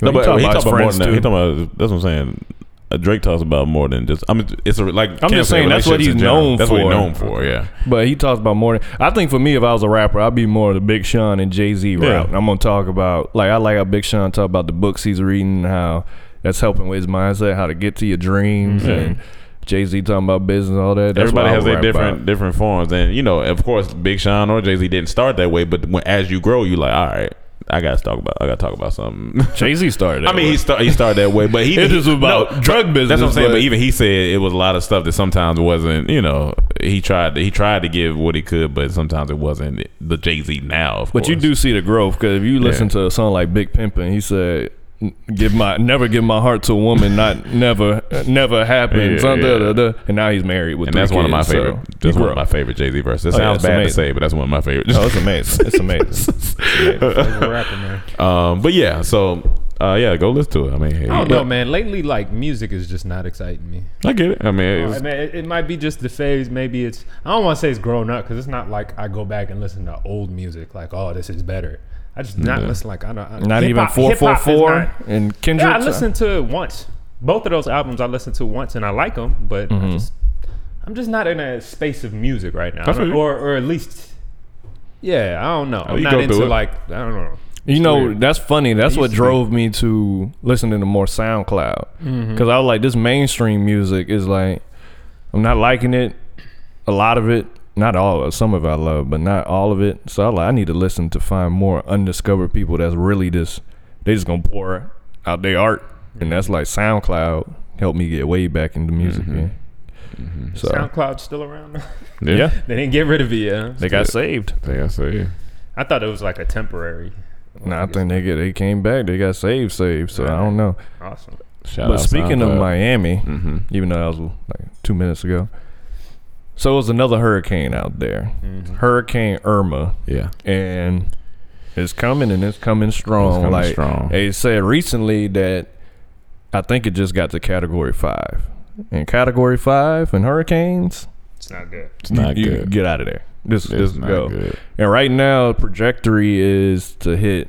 [SPEAKER 6] No,
[SPEAKER 7] He
[SPEAKER 6] but
[SPEAKER 7] talking
[SPEAKER 6] he
[SPEAKER 7] about his
[SPEAKER 6] talking about more
[SPEAKER 7] friends,
[SPEAKER 6] than that.
[SPEAKER 7] too.
[SPEAKER 6] He talking about that's what I'm saying. Uh, Drake talks about more than just. I mean, it's a, like
[SPEAKER 7] I'm just
[SPEAKER 6] cancer
[SPEAKER 7] saying that's what
[SPEAKER 6] relationships
[SPEAKER 7] he's
[SPEAKER 6] in general.
[SPEAKER 7] known
[SPEAKER 6] That's what he's
[SPEAKER 7] for.
[SPEAKER 6] known for. Yeah,
[SPEAKER 7] but he talks about more. Than, I think for me, if I was a rapper, I'd be more of the Big Sean and Jay Z route.
[SPEAKER 6] Yeah.
[SPEAKER 7] And I'm gonna talk about like I like how Big Sean talk about the books he's reading, and how that's helping with his mindset, how to get to your dreams, and Jay Z talking about business, all that. That's what
[SPEAKER 6] Mm-hmm. everybody
[SPEAKER 7] I
[SPEAKER 6] has
[SPEAKER 7] would
[SPEAKER 6] their
[SPEAKER 7] rap
[SPEAKER 6] different
[SPEAKER 7] about.
[SPEAKER 6] different forms, and you know, of course, Big Sean or Jay Z didn't start that way. But when, as you grow, you like, all right, I gotta talk about. I gotta talk about something.
[SPEAKER 7] Jay Z started.
[SPEAKER 6] I mean, he started he started that way, but he
[SPEAKER 7] It is
[SPEAKER 6] he-
[SPEAKER 7] about drug
[SPEAKER 6] but That's what I'm
[SPEAKER 7] business,
[SPEAKER 6] saying. But,
[SPEAKER 7] but-
[SPEAKER 6] even he said it was a lot of stuff that sometimes wasn't. You know, he tried to, he tried to give what he could, but sometimes it wasn't the Jay Z now. Of
[SPEAKER 7] But you
[SPEAKER 6] course.
[SPEAKER 7] do see the growth because if you listen to a song like Big Pimpin', he said, "N- "Give my never give my heart to a woman, not never never happen."
[SPEAKER 6] Yeah,
[SPEAKER 7] some da-
[SPEAKER 6] yeah.
[SPEAKER 7] da- da. And now he's married with
[SPEAKER 6] and
[SPEAKER 7] three
[SPEAKER 6] that's one of my
[SPEAKER 7] kids, so
[SPEAKER 6] favorite.
[SPEAKER 7] he
[SPEAKER 6] that's one
[SPEAKER 7] grew
[SPEAKER 6] of my
[SPEAKER 7] up.
[SPEAKER 6] favorite Jay Z verses. It
[SPEAKER 7] Oh, yeah,
[SPEAKER 6] sounds
[SPEAKER 7] it's
[SPEAKER 6] bad to
[SPEAKER 7] amazing.
[SPEAKER 6] say, but that's one of my favorite.
[SPEAKER 7] Oh, it's amazing! It's amazing.
[SPEAKER 4] Rapper man.
[SPEAKER 6] um, but yeah, so uh, yeah, go listen to it. I mean, hey,
[SPEAKER 4] I don't know, man. Lately, like music is just not exciting me.
[SPEAKER 6] I get it. I mean,
[SPEAKER 4] I
[SPEAKER 6] it's,
[SPEAKER 4] mean, it, it might be just the phase. Maybe it's I don't want to say it's grown up because it's not like I go back and listen to old music. Like, oh, this is better. I just not listen like I don't. I,
[SPEAKER 7] Not even
[SPEAKER 4] hip-hop-
[SPEAKER 7] four four
[SPEAKER 4] hip-hop is
[SPEAKER 7] four
[SPEAKER 4] not-
[SPEAKER 7] and Kendrick.
[SPEAKER 4] Yeah, I listened to it once. Both of those albums I listened to once, and I like them, but I just, I'm just not in a space of music right now, I
[SPEAKER 6] feel
[SPEAKER 4] don't-
[SPEAKER 6] you.
[SPEAKER 4] or or at least, yeah, I don't know. I'm
[SPEAKER 6] you
[SPEAKER 4] not
[SPEAKER 6] go through
[SPEAKER 4] into
[SPEAKER 6] it.
[SPEAKER 4] like I don't know.
[SPEAKER 7] You know, that's funny. That's
[SPEAKER 4] I
[SPEAKER 7] what
[SPEAKER 4] used to
[SPEAKER 7] drove me to listening to more SoundCloud because
[SPEAKER 4] Mm-hmm.
[SPEAKER 7] I was like, this mainstream music is like, I'm not liking it. A lot of it, not all of it. Some of it I love, but not all of it. So I like, I need to listen to find more undiscovered people that's really just they just gonna pour out their art, and that's like SoundCloud helped me get way back into music.
[SPEAKER 4] Mm-hmm.
[SPEAKER 7] man. So
[SPEAKER 4] SoundCloud's still around.
[SPEAKER 6] yeah.
[SPEAKER 4] they didn't get rid of it. Yeah,
[SPEAKER 7] they got saved.
[SPEAKER 6] I think I see.
[SPEAKER 4] I thought it was like a temporary.
[SPEAKER 7] Nah, I think they get they came back. They got saved, saved. So I don't know.
[SPEAKER 4] Awesome.
[SPEAKER 6] Shout out
[SPEAKER 7] But
[SPEAKER 6] SoundCloud.
[SPEAKER 7] speaking
[SPEAKER 6] Mm-hmm.
[SPEAKER 7] of Miami, even though that was like two minutes ago, so it was another hurricane out there,
[SPEAKER 6] Mm-hmm.
[SPEAKER 7] Hurricane Irma,
[SPEAKER 6] yeah,
[SPEAKER 7] and it's coming and it's coming strong.
[SPEAKER 6] It's coming
[SPEAKER 7] like
[SPEAKER 6] strong.
[SPEAKER 7] they said recently that I think it just got to Category Five, and Category Five and hurricanes,
[SPEAKER 4] It's not good.
[SPEAKER 6] it's not
[SPEAKER 7] you
[SPEAKER 6] good.
[SPEAKER 7] get out of there. This
[SPEAKER 6] It's
[SPEAKER 7] this
[SPEAKER 6] not
[SPEAKER 7] go.
[SPEAKER 6] good.
[SPEAKER 7] And right now, trajectory is to hit,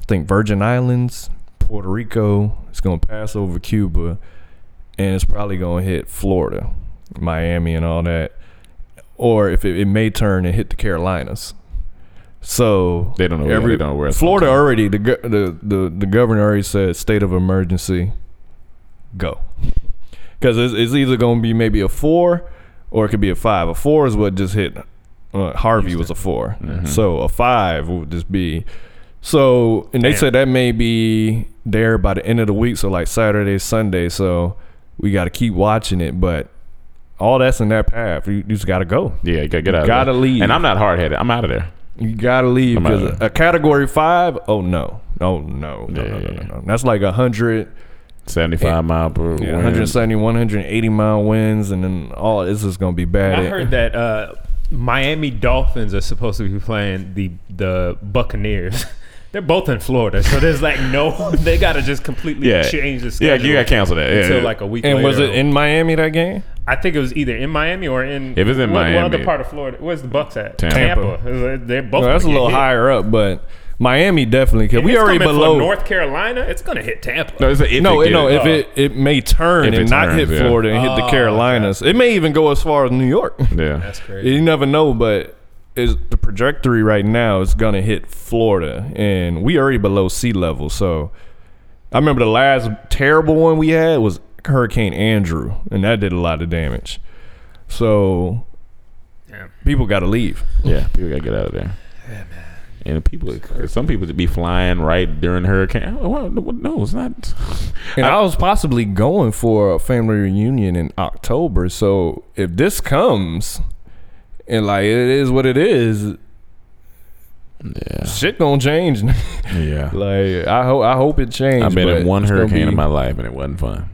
[SPEAKER 7] I think Virgin Islands, Puerto Rico. It's gonna pass over Cuba, and it's probably gonna hit Florida, Miami, and all that. Or if it, it may turn and hit the Carolinas. So
[SPEAKER 6] They don't know where- they don't know where it's
[SPEAKER 7] Florida
[SPEAKER 6] going.
[SPEAKER 7] already the, go- the the the governor already said state of emergency. Go, because it's, it's either gonna be maybe a four or it could be a five. A four is what just hit. Uh, Harvey was a 4
[SPEAKER 6] Mm-hmm.
[SPEAKER 7] so a five would just be. So and they said that may be there by the end of the week, so like Saturday, Sunday. So we got to keep watching it, but all that's in that path. You, you just got to go.
[SPEAKER 6] Yeah, you gotta get out. of
[SPEAKER 7] Gotta
[SPEAKER 6] there.
[SPEAKER 7] leave.
[SPEAKER 6] And I'm not hard headed. I'm out of there.
[SPEAKER 7] You gotta leave
[SPEAKER 6] I'm outta
[SPEAKER 7] because a category five. Oh no, oh no, no, no, no, no, no. That's like a hundred.
[SPEAKER 6] Seventy five mile per
[SPEAKER 7] Yeah,
[SPEAKER 6] wind.
[SPEAKER 7] 170, 180 mile winds, and then all this is gonna be bad.
[SPEAKER 4] I heard that uh, Miami Dolphins are supposed to be playing the the Buccaneers. They're both in Florida, so there's like no. They gotta just completely
[SPEAKER 6] Yeah.
[SPEAKER 4] change the
[SPEAKER 6] Yeah,
[SPEAKER 4] schedule.
[SPEAKER 6] you gotta cancel that. Yeah,
[SPEAKER 4] until
[SPEAKER 6] yeah.
[SPEAKER 4] like a week.
[SPEAKER 7] and was
[SPEAKER 4] later.
[SPEAKER 7] it in Miami that game?
[SPEAKER 4] I think it was either in Miami or in.
[SPEAKER 6] If it's in
[SPEAKER 4] what, what
[SPEAKER 6] Miami.
[SPEAKER 4] other part of Florida? Where's the Bucks at?
[SPEAKER 6] Tampa.
[SPEAKER 4] It was like They're both.
[SPEAKER 7] No, that's a
[SPEAKER 4] gonna get
[SPEAKER 7] little
[SPEAKER 4] hit.
[SPEAKER 7] higher up, but Miami definitely because
[SPEAKER 4] Oh, If
[SPEAKER 7] we
[SPEAKER 4] it's
[SPEAKER 7] already
[SPEAKER 4] coming from
[SPEAKER 7] below.
[SPEAKER 4] North Carolina, it's gonna hit Tampa.
[SPEAKER 6] No, it's a, if
[SPEAKER 7] no,
[SPEAKER 6] it oh.
[SPEAKER 7] it, no.
[SPEAKER 6] get-
[SPEAKER 7] If it it may turn
[SPEAKER 6] If it
[SPEAKER 7] and not
[SPEAKER 6] turns,
[SPEAKER 7] hit
[SPEAKER 6] yeah.
[SPEAKER 7] Florida and
[SPEAKER 4] Oh,
[SPEAKER 7] hit the Carolinas, it may even go as far as New York.
[SPEAKER 6] yeah,
[SPEAKER 7] You never know, but is the trajectory right now is gonna hit Florida, and we already below sea level. So I remember the last terrible one we had was Hurricane Andrew, and that did a lot of damage. So
[SPEAKER 4] Damn.
[SPEAKER 7] people got to leave.
[SPEAKER 6] yeah, people gotta get out of there. And people, some people be flying right during hurricane. Oh, well, no, it's not.
[SPEAKER 7] And I, was possibly going for a family reunion in October. So if this comes, and like it is what it is,
[SPEAKER 6] Yeah,
[SPEAKER 7] shit gonna change.
[SPEAKER 6] yeah.
[SPEAKER 7] like I hope I hope it changes.
[SPEAKER 6] I've been
[SPEAKER 7] but
[SPEAKER 6] in one
[SPEAKER 7] it's gonna
[SPEAKER 6] hurricane
[SPEAKER 7] be-
[SPEAKER 6] in my life, and it wasn't fun.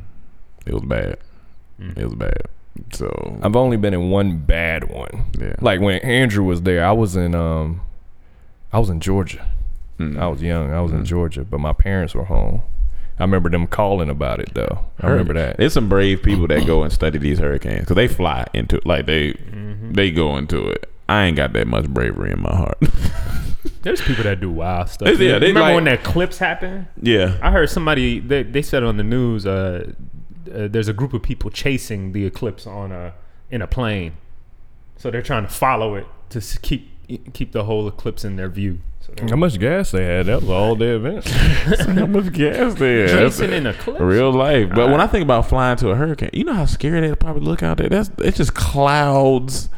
[SPEAKER 6] It was bad.
[SPEAKER 7] Mm.
[SPEAKER 6] It was bad. So
[SPEAKER 7] I've only been in one bad one.
[SPEAKER 6] Yeah.
[SPEAKER 7] Like when Andrew was there, I was in um I was in Georgia.
[SPEAKER 6] Hmm.
[SPEAKER 7] I was young. I was in Georgia, but my parents were home. I remember them calling about it though. I remember that.
[SPEAKER 6] There's some brave people that go and study these hurricanes because they fly into it. Like they,
[SPEAKER 7] Mm-hmm.
[SPEAKER 6] they go into it. I ain't got that much bravery in my heart.
[SPEAKER 4] There's people that do wild stuff.
[SPEAKER 6] They- yeah, they
[SPEAKER 4] Remember
[SPEAKER 6] like-
[SPEAKER 4] when that clips happened?
[SPEAKER 6] yeah,
[SPEAKER 4] I heard somebody they, they said on the news uh, uh, there's a group of people chasing the eclipse on a in a plane, so they're trying to follow it to s- keep keep the whole eclipse in their view. So they're
[SPEAKER 7] How much gas they had? That was all day event.
[SPEAKER 6] how much gas there?
[SPEAKER 4] chasing an eclipse.
[SPEAKER 6] Real life, but when I think about flying to a hurricane, you know how scary they probably look out there. That's it's just clouds.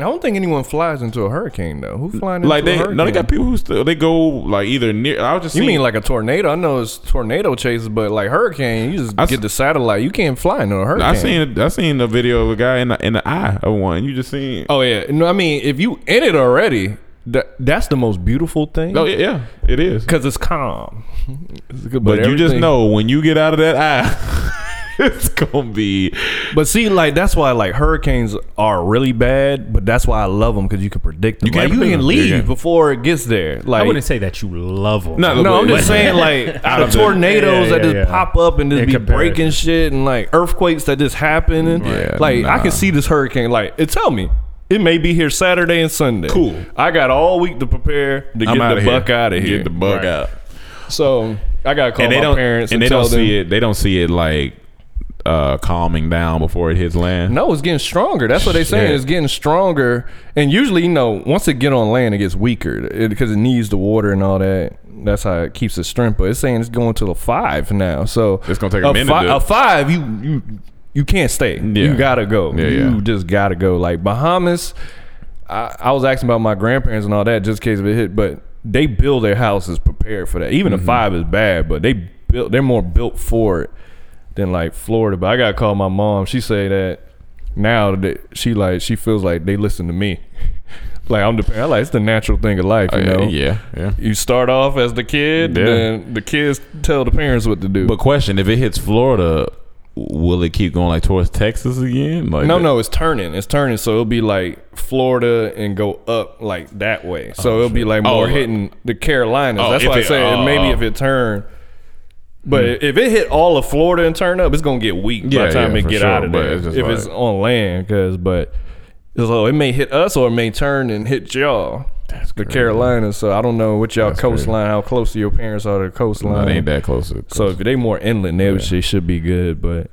[SPEAKER 7] I don't think anyone flies into a hurricane though. Who flying into
[SPEAKER 6] Like
[SPEAKER 7] a
[SPEAKER 6] they,
[SPEAKER 7] hurricane?
[SPEAKER 6] no, they got people who still they go like either near. I was just
[SPEAKER 7] You
[SPEAKER 6] seeing-
[SPEAKER 7] mean like a tornado? I know it's tornado chases, but like hurricane, you just
[SPEAKER 6] I s-
[SPEAKER 7] get the satellite. You can't fly into a hurricane.
[SPEAKER 6] I seen I seen a video of a guy in the in the eye of one. You just seen
[SPEAKER 7] Oh yeah, no. I mean, if you in it already, that that's the most beautiful thing.
[SPEAKER 6] Oh yeah, yeah, it is.
[SPEAKER 7] because it's calm. but
[SPEAKER 6] But, you just
[SPEAKER 7] everything-
[SPEAKER 6] know when you get out of that eye, it's gonna be
[SPEAKER 7] But see, like that's why like hurricanes are really bad. But that's why I love them because you can predict them.
[SPEAKER 6] You
[SPEAKER 7] You
[SPEAKER 6] can't
[SPEAKER 7] like, you
[SPEAKER 6] predict them.
[SPEAKER 7] can
[SPEAKER 6] Yeah,
[SPEAKER 7] leave
[SPEAKER 6] yeah.
[SPEAKER 7] before it gets there. Like
[SPEAKER 4] I wouldn't say that you love them.
[SPEAKER 6] No,
[SPEAKER 7] no, I'm
[SPEAKER 6] But-
[SPEAKER 7] just saying like out of tornadoes
[SPEAKER 4] Yeah,
[SPEAKER 7] that
[SPEAKER 4] yeah,
[SPEAKER 7] just
[SPEAKER 4] yeah.
[SPEAKER 7] pop up and just
[SPEAKER 4] In
[SPEAKER 7] be
[SPEAKER 4] comparison.
[SPEAKER 7] breaking shit and like earthquakes that just happen and
[SPEAKER 6] Yeah,
[SPEAKER 7] like I
[SPEAKER 6] nah.
[SPEAKER 7] can see this hurricane. Like it tell me. It may be here Saturday and Sunday.
[SPEAKER 6] Cool.
[SPEAKER 7] I got all week to prepare to get
[SPEAKER 6] I'm outta
[SPEAKER 7] the
[SPEAKER 6] here.
[SPEAKER 7] buck out of here.
[SPEAKER 6] Get the buck
[SPEAKER 4] Right.
[SPEAKER 6] out.
[SPEAKER 7] So I gotta call
[SPEAKER 6] And
[SPEAKER 7] my
[SPEAKER 6] they don't
[SPEAKER 7] parents
[SPEAKER 6] and
[SPEAKER 7] and,
[SPEAKER 6] they
[SPEAKER 7] tell
[SPEAKER 6] don't
[SPEAKER 7] them.
[SPEAKER 6] see it. They don't see it like uh, calming down before it hits land.
[SPEAKER 7] No, it's getting stronger. That's what they're saying.
[SPEAKER 6] Shit.
[SPEAKER 7] It's getting stronger, and usually, you know, once it get on land, it gets weaker because it, needs the water and all that. That's how it keeps its strength. But it's saying it's going to the five now. So
[SPEAKER 6] It's gonna take a minute
[SPEAKER 7] fi-
[SPEAKER 6] to-
[SPEAKER 7] a five, you you you can't stay.
[SPEAKER 6] Yeah.
[SPEAKER 7] You gotta go.
[SPEAKER 6] Yeah,
[SPEAKER 7] you
[SPEAKER 6] yeah.
[SPEAKER 7] just gotta go. Like Bahamas, I, I was asking about my grandparents and all that just in case if it hit, but they build their houses prepared for that. Even
[SPEAKER 6] Mm-hmm.
[SPEAKER 7] a five is bad, but they built they're more built for it than like Florida. But I gotta call my mom. She say that now that she like she feels like they listen to me. like I'm the parent. I'm Like it's the natural thing of life, you
[SPEAKER 6] Uh,
[SPEAKER 7] know.
[SPEAKER 6] yeah, yeah.
[SPEAKER 7] You start off as the kid,
[SPEAKER 6] Yeah.
[SPEAKER 7] then the kids tell the parents what to do.
[SPEAKER 6] But question: If it hits Florida, will it keep going like towards Texas again? Like
[SPEAKER 7] No, no, it's turning. It's turning. So it'll be like Florida and go up like that way. So it'll be like more
[SPEAKER 6] Oh,
[SPEAKER 7] hitting the Carolinas.
[SPEAKER 6] Oh,
[SPEAKER 7] That's
[SPEAKER 6] if
[SPEAKER 7] why I
[SPEAKER 6] it-
[SPEAKER 7] say
[SPEAKER 6] oh,
[SPEAKER 7] maybe
[SPEAKER 6] oh. Hmm.
[SPEAKER 7] if it turned. But if it hit all of Florida and turn up, it's gonna get weak by
[SPEAKER 6] Yeah,
[SPEAKER 7] the time
[SPEAKER 6] yeah,
[SPEAKER 7] it
[SPEAKER 6] for
[SPEAKER 7] get
[SPEAKER 6] sure,
[SPEAKER 7] out of
[SPEAKER 6] but
[SPEAKER 7] there.
[SPEAKER 6] it's just
[SPEAKER 7] if
[SPEAKER 6] like-
[SPEAKER 7] it's on land, because but so it may hit us or it may turn and hit y'all.
[SPEAKER 6] That's
[SPEAKER 7] the
[SPEAKER 6] crazy.
[SPEAKER 7] Carolinas. So I don't know what y'all
[SPEAKER 6] That's crazy.
[SPEAKER 7] coastline, how close your parents are to
[SPEAKER 6] No,
[SPEAKER 7] the coastline.
[SPEAKER 6] it ain't that close. to-
[SPEAKER 7] So if they more inland, they should- should be good. But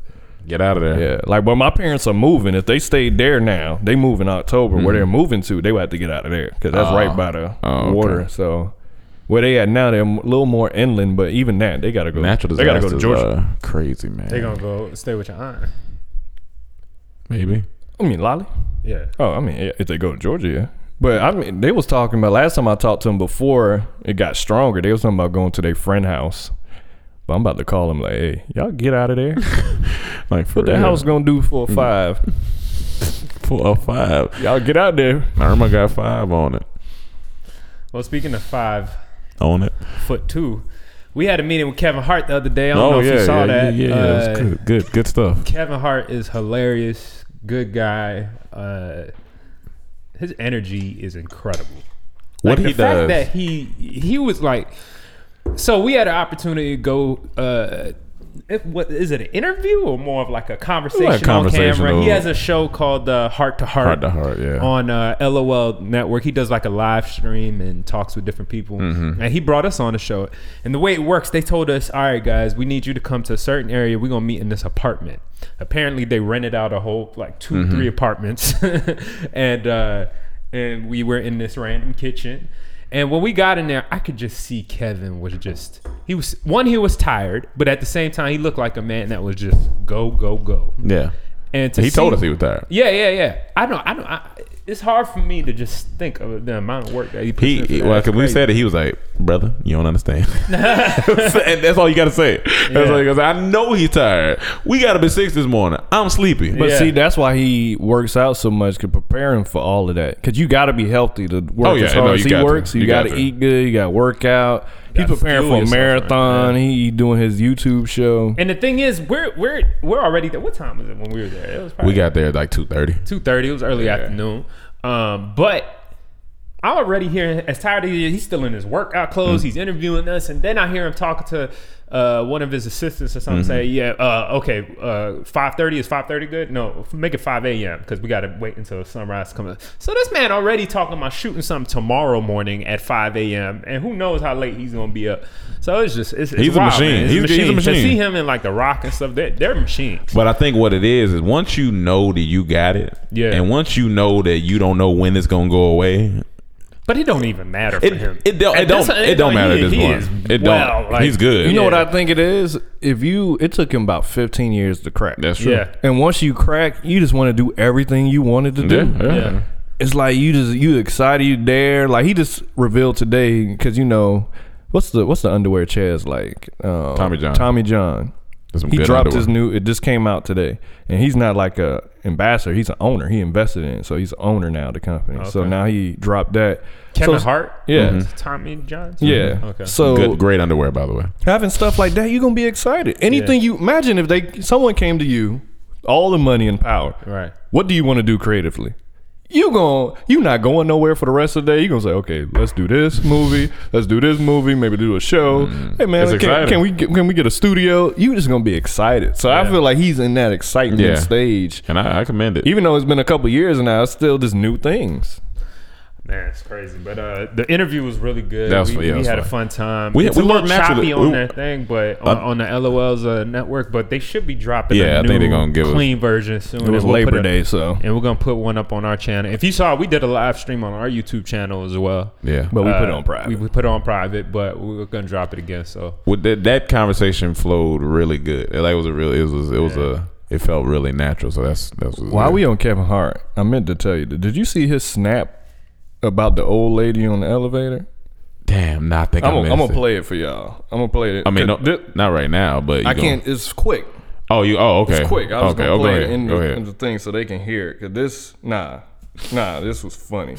[SPEAKER 6] get out of there.
[SPEAKER 7] yeah, like where my parents are moving. If they stayed there now, they move in October. Where they're moving to, they would have to get out of there because that's right by the
[SPEAKER 6] Oh, Mm-hmm. okay.
[SPEAKER 7] water. So where they at now, they're a little more inland. But even that, they gotta go.
[SPEAKER 6] Natural
[SPEAKER 7] they
[SPEAKER 6] disasters
[SPEAKER 7] gotta go to Georgia.
[SPEAKER 6] Georgia. are crazy, man.
[SPEAKER 4] They gonna go stay with your aunt.
[SPEAKER 6] Maybe.
[SPEAKER 7] I mean, Lolly.
[SPEAKER 4] Yeah.
[SPEAKER 7] Oh, I mean, yeah, if they go to Georgia, yeah. But I mean, they was talking about last time I talked to them before it got stronger. They was talking about going to their friend house. But I'm about to call them like, hey, y'all get out of there.
[SPEAKER 6] Like for
[SPEAKER 7] What the
[SPEAKER 6] real.
[SPEAKER 7] house gonna do for a five?
[SPEAKER 6] Four or five.
[SPEAKER 7] Y'all get out there.
[SPEAKER 6] Irma got five on it.
[SPEAKER 4] Well, speaking of five
[SPEAKER 6] On it.
[SPEAKER 4] foot two, we had a meeting with Kevin Hart the other day. I don't know if you saw
[SPEAKER 6] Oh, yeah,
[SPEAKER 4] that.
[SPEAKER 6] Yeah, yeah,
[SPEAKER 4] Uh,
[SPEAKER 6] yeah. It's good, good, good stuff.
[SPEAKER 4] Kevin Hart is hilarious, good guy. Uh, his energy is incredible.
[SPEAKER 6] What
[SPEAKER 4] Like,
[SPEAKER 6] he
[SPEAKER 4] the fact
[SPEAKER 6] does,
[SPEAKER 4] that he he was like, so we had an opportunity to go uh, it, what, is it an interview or more of like a conversation, on
[SPEAKER 6] conversational-
[SPEAKER 4] camera? He has a show called uh, Heart to Heart.
[SPEAKER 6] Heart to Heart, yeah.
[SPEAKER 4] On uh, LOL Network, he does like a live stream and talks with different people.
[SPEAKER 6] Mm-hmm.
[SPEAKER 4] And he brought us on the show. And the way it works, they told us, "All right, guys, we need you to come to a certain area. We're gonna meet in this apartment." Apparently, they rented out a whole like 2
[SPEAKER 6] Mm-hmm.
[SPEAKER 4] three apartments, and uh, and we were in this random kitchen. And when we got in there, I could just see Kevin was just he was one he was tired, but at the same time he looked like a man that was just go go go.
[SPEAKER 6] Yeah.
[SPEAKER 4] And to
[SPEAKER 6] He
[SPEAKER 4] see-
[SPEAKER 6] told us he was tired.
[SPEAKER 4] Yeah, yeah, yeah. I don't I don't I, it's hard for me to just think of the amount of work that he puts in. for
[SPEAKER 6] He
[SPEAKER 4] that.
[SPEAKER 6] well,
[SPEAKER 4] It's
[SPEAKER 6] cause we
[SPEAKER 4] crazy.
[SPEAKER 6] said it. He was like, "Brother, you don't understand," and that's all you gotta say. That's all you gotta say. I know he's tired. We gotta be six this morning. I'm sleepy.
[SPEAKER 7] But
[SPEAKER 4] Yeah.
[SPEAKER 7] see, that's why he works out so much, cause preparing for all of that. Cause you got to be healthy to work
[SPEAKER 6] Oh, yeah,
[SPEAKER 7] as hard
[SPEAKER 6] no,
[SPEAKER 7] as
[SPEAKER 6] you
[SPEAKER 7] he
[SPEAKER 6] got to.
[SPEAKER 7] works. You,
[SPEAKER 6] You
[SPEAKER 7] got
[SPEAKER 6] got
[SPEAKER 7] to
[SPEAKER 6] to.
[SPEAKER 7] eat good. You got to work out. He
[SPEAKER 4] Gotta
[SPEAKER 7] preparing
[SPEAKER 4] fuel
[SPEAKER 7] for a
[SPEAKER 4] yourself, right?
[SPEAKER 7] marathon. He doing his YouTube show.
[SPEAKER 4] And the thing is, we're we're we're already there. What time was it when we were there? It was probably
[SPEAKER 6] we got there at like two thirty.
[SPEAKER 4] two thirty. It was early afternoon. Um, but I'm already hearing as tired as he is, he's still in his workout clothes.
[SPEAKER 6] Mm-hmm.
[SPEAKER 4] He's interviewing us, and then I hear him talking to uh, one of his assistants or
[SPEAKER 6] Mm-hmm.
[SPEAKER 4] something. Say, yeah, uh, okay, uh, five thirty is five thirty good? No, f- make it five a.m. because we gotta wait until sunrise comes. So this man already talking about shooting something tomorrow morning at five a.m. and who knows how late he's gonna be up. So it's just it's, it's
[SPEAKER 6] He's a
[SPEAKER 4] wild,
[SPEAKER 6] machine.
[SPEAKER 4] man. It's
[SPEAKER 6] He's- he's a
[SPEAKER 4] To
[SPEAKER 6] machine.
[SPEAKER 4] see him in like the rock and stuff, they're, they're machines.
[SPEAKER 6] But I think what it is is once you know that you got it,
[SPEAKER 4] Yeah.
[SPEAKER 6] and once you know that you don't know when it's gonna go away,
[SPEAKER 4] But it don't even matter for
[SPEAKER 6] It-
[SPEAKER 4] him.
[SPEAKER 6] it don't-
[SPEAKER 4] At
[SPEAKER 6] it don't-
[SPEAKER 4] this-
[SPEAKER 6] it don't matter at this
[SPEAKER 4] he
[SPEAKER 6] point.
[SPEAKER 4] is
[SPEAKER 6] It don't. He's good.
[SPEAKER 7] You know what
[SPEAKER 4] Yeah.
[SPEAKER 7] I think it is? If you, it took him about 15 years to crack.
[SPEAKER 6] that's true.
[SPEAKER 4] Yeah.
[SPEAKER 7] and once you crack, you just want to do everything you wanted to do.
[SPEAKER 6] Yeah, yeah.
[SPEAKER 4] Yeah.
[SPEAKER 7] It's like you just you excited, you there. Like he just revealed today because you know what's the what's the underwear Chaz like? Uh,
[SPEAKER 6] Tommy John.
[SPEAKER 7] Tommy John.
[SPEAKER 6] That's some
[SPEAKER 7] He
[SPEAKER 6] good
[SPEAKER 7] dropped
[SPEAKER 6] underwear.
[SPEAKER 7] his new. It just came out today, and he's not like a ambassador. He's an owner. He invested in, it, so he's an owner now of the company. So
[SPEAKER 4] Okay.
[SPEAKER 7] now he dropped that.
[SPEAKER 4] Kevin
[SPEAKER 7] So-
[SPEAKER 4] Hart.
[SPEAKER 7] Yeah.
[SPEAKER 6] Mm-hmm.
[SPEAKER 4] Mhm. Tommy Johnson.
[SPEAKER 7] Yeah.
[SPEAKER 4] Okay.
[SPEAKER 7] So
[SPEAKER 6] Good, great underwear, by the way.
[SPEAKER 7] having stuff like that, you're gonna be excited. Anything you imagine if they someone came to you, all the money and power.
[SPEAKER 4] Right.
[SPEAKER 7] What do you want to do creatively? You going you not going nowhere for the rest of the day. You gonna say, okay, let's do this movie, let's do this movie, maybe do a show. Hey
[SPEAKER 6] Mm. It's
[SPEAKER 7] man, can,
[SPEAKER 6] exciting.
[SPEAKER 7] can we get, can we get a studio? You just gonna be excited. So I feel like he's in that excitement
[SPEAKER 6] Yeah.
[SPEAKER 7] stage.
[SPEAKER 6] And I, I commend it.
[SPEAKER 7] Even though it's been a couple years now, it's still just new things.
[SPEAKER 4] Man, it's crazy. But uh, the interview was really good.
[SPEAKER 6] That was-
[SPEAKER 4] we
[SPEAKER 6] yeah,
[SPEAKER 4] we
[SPEAKER 6] that's
[SPEAKER 4] had a
[SPEAKER 6] fine.
[SPEAKER 4] fun time.
[SPEAKER 6] We-
[SPEAKER 4] it's
[SPEAKER 6] we
[SPEAKER 4] a little
[SPEAKER 6] worked naturally.
[SPEAKER 4] choppy on
[SPEAKER 6] We-
[SPEAKER 4] that thing, but on, on the LOL's uh, network. But they should be dropping.
[SPEAKER 6] Yeah,
[SPEAKER 4] a
[SPEAKER 6] I
[SPEAKER 4] new
[SPEAKER 6] think they're gonna give us-
[SPEAKER 4] clean version soon.
[SPEAKER 7] It was
[SPEAKER 4] and we'll put
[SPEAKER 7] Labor
[SPEAKER 4] a-
[SPEAKER 7] Day, so
[SPEAKER 4] and we're gonna put one up on our channel. If you saw, we did a live stream on our YouTube channel as well.
[SPEAKER 6] yeah.
[SPEAKER 7] but we put
[SPEAKER 4] Uh,
[SPEAKER 7] it on private.
[SPEAKER 4] We, we put it on private, but we we're gonna drop it again. So
[SPEAKER 6] With that, that conversation flowed really good. It, like, it was a real. It was. It was a. It felt really natural. So that's that's. what's
[SPEAKER 7] While
[SPEAKER 6] good.
[SPEAKER 7] we on Kevin Hart, I meant to tell you. Did you see his snap about the old lady on the elevator?
[SPEAKER 6] damn, not think
[SPEAKER 7] I'm
[SPEAKER 6] I
[SPEAKER 7] gonna
[SPEAKER 6] missed
[SPEAKER 7] I'm gonna
[SPEAKER 6] it.
[SPEAKER 7] play it for y'all. I'm gonna play it.
[SPEAKER 6] I mean, no,
[SPEAKER 7] Th-
[SPEAKER 6] not right now, but you
[SPEAKER 7] I
[SPEAKER 6] gonna-
[SPEAKER 7] can't. It's quick.
[SPEAKER 6] Oh, you. Oh, okay.
[SPEAKER 7] It's quick. I was
[SPEAKER 6] okay.
[SPEAKER 7] gonna
[SPEAKER 6] oh,
[SPEAKER 7] play
[SPEAKER 6] go
[SPEAKER 7] it
[SPEAKER 6] ahead.
[SPEAKER 7] in
[SPEAKER 6] go
[SPEAKER 7] the,
[SPEAKER 6] ahead.
[SPEAKER 7] in the thing so they can hear it. Cause this, nah, nah, this was funny.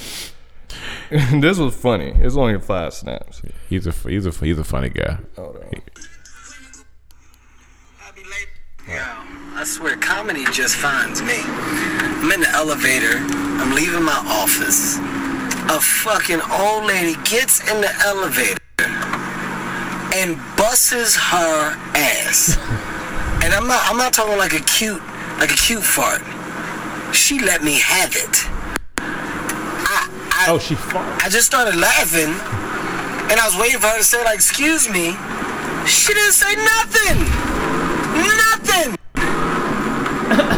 [SPEAKER 7] this was funny. It's only five snaps.
[SPEAKER 6] He's a he's a he's a funny guy.
[SPEAKER 7] Hold on.
[SPEAKER 9] I swear, comedy just finds me. I'm in the elevator. I'm leaving my office. A fucking old lady gets in the elevator and busts her ass. and I'm not. I'm not talking like a cute, like a cute fart. She let me have it. I, I,
[SPEAKER 4] oh, she farted.
[SPEAKER 9] I just started laughing, and I was waiting for her to say, like, excuse me. She didn't say nothing. Nothing.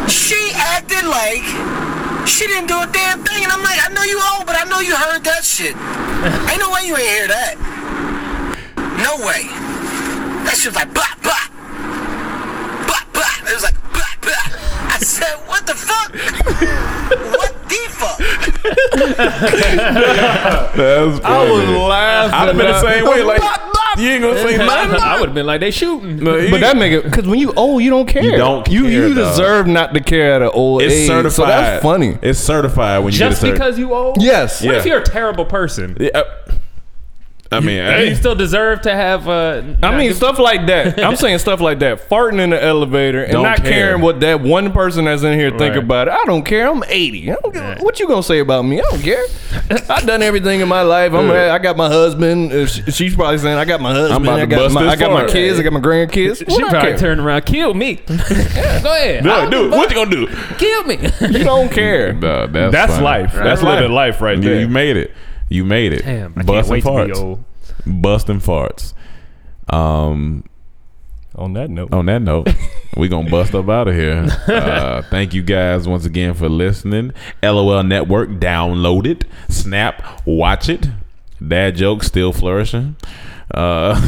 [SPEAKER 9] she acted like she didn't do a damn thing, and I'm like, I know you old, but I know you heard that shit. Ain't no way you ain't hear that. No way. That shit was like, blah, blah. Blah, blah. It was like, blah, blah. I said, what the fuck? what the fuck?
[SPEAKER 6] That's I was laughing. I've been the same way. Like you ain't gonna say nothing.
[SPEAKER 4] I would have been like, they shooting.
[SPEAKER 7] But that make it because when you old, you don't care.
[SPEAKER 6] don't
[SPEAKER 7] You
[SPEAKER 6] care,
[SPEAKER 7] you
[SPEAKER 6] dog.
[SPEAKER 7] deserve not to care at an old
[SPEAKER 6] it's
[SPEAKER 7] age.
[SPEAKER 6] certified.
[SPEAKER 7] So that's funny.
[SPEAKER 6] It's certified when you
[SPEAKER 4] just
[SPEAKER 6] get a certi-
[SPEAKER 4] because you old.
[SPEAKER 7] Yes.
[SPEAKER 4] What if
[SPEAKER 6] Yeah.
[SPEAKER 4] you're a terrible person?
[SPEAKER 6] Yeah, uh,
[SPEAKER 3] I mean, I-
[SPEAKER 4] You still deserve to have. Uh,
[SPEAKER 7] I mean, stuff like that. I'm saying stuff like that. Farting in the elevator and
[SPEAKER 6] Don't
[SPEAKER 7] not
[SPEAKER 6] care.
[SPEAKER 7] caring what that one person that's in here think
[SPEAKER 4] Right.
[SPEAKER 7] about it. I don't care. I'm 80. I don't give,
[SPEAKER 4] Right.
[SPEAKER 7] What you gonna say about me? I don't care. I've done everything in my life. I'm. I got my husband. Uh, sh- She's probably saying, "I got my husband.
[SPEAKER 6] about
[SPEAKER 7] I
[SPEAKER 6] to
[SPEAKER 7] got
[SPEAKER 6] bust
[SPEAKER 7] my,
[SPEAKER 6] this
[SPEAKER 7] I got my
[SPEAKER 6] fart."
[SPEAKER 7] kids. I got my grandkids."
[SPEAKER 4] she
[SPEAKER 7] What I
[SPEAKER 4] probably
[SPEAKER 7] care?
[SPEAKER 4] turned around, kill me. Yeah, go ahead. I
[SPEAKER 6] No,
[SPEAKER 4] don't
[SPEAKER 6] dude,
[SPEAKER 4] give a
[SPEAKER 6] what you gonna do?
[SPEAKER 4] fuck. Kill me.
[SPEAKER 7] You don't care.
[SPEAKER 6] Nah, that's
[SPEAKER 4] That's
[SPEAKER 6] funny.
[SPEAKER 4] life.
[SPEAKER 6] That's
[SPEAKER 4] That's
[SPEAKER 6] living
[SPEAKER 4] life.
[SPEAKER 6] life right
[SPEAKER 4] You-
[SPEAKER 6] there. You
[SPEAKER 4] you
[SPEAKER 6] made it. You made it.
[SPEAKER 4] Damn, I can't
[SPEAKER 6] Busting
[SPEAKER 4] wait to be
[SPEAKER 6] farts.
[SPEAKER 4] old.
[SPEAKER 6] Busting farts. Um,
[SPEAKER 7] On that note,
[SPEAKER 6] on that note, we gonna bust up out of here. Uh, thank you guys once again for listening. LOL Network, download it, snap, watch it. Dad jokes still flourishing. Uh,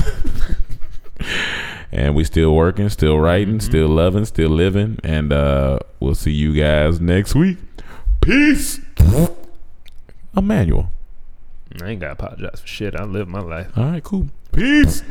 [SPEAKER 6] and we still working, still writing, still loving, still living. And uh, we'll see you guys next week. Peace. Emmanuel.
[SPEAKER 4] I ain't gotta apologize for shit. I live my life.
[SPEAKER 6] All right, cool. Peace.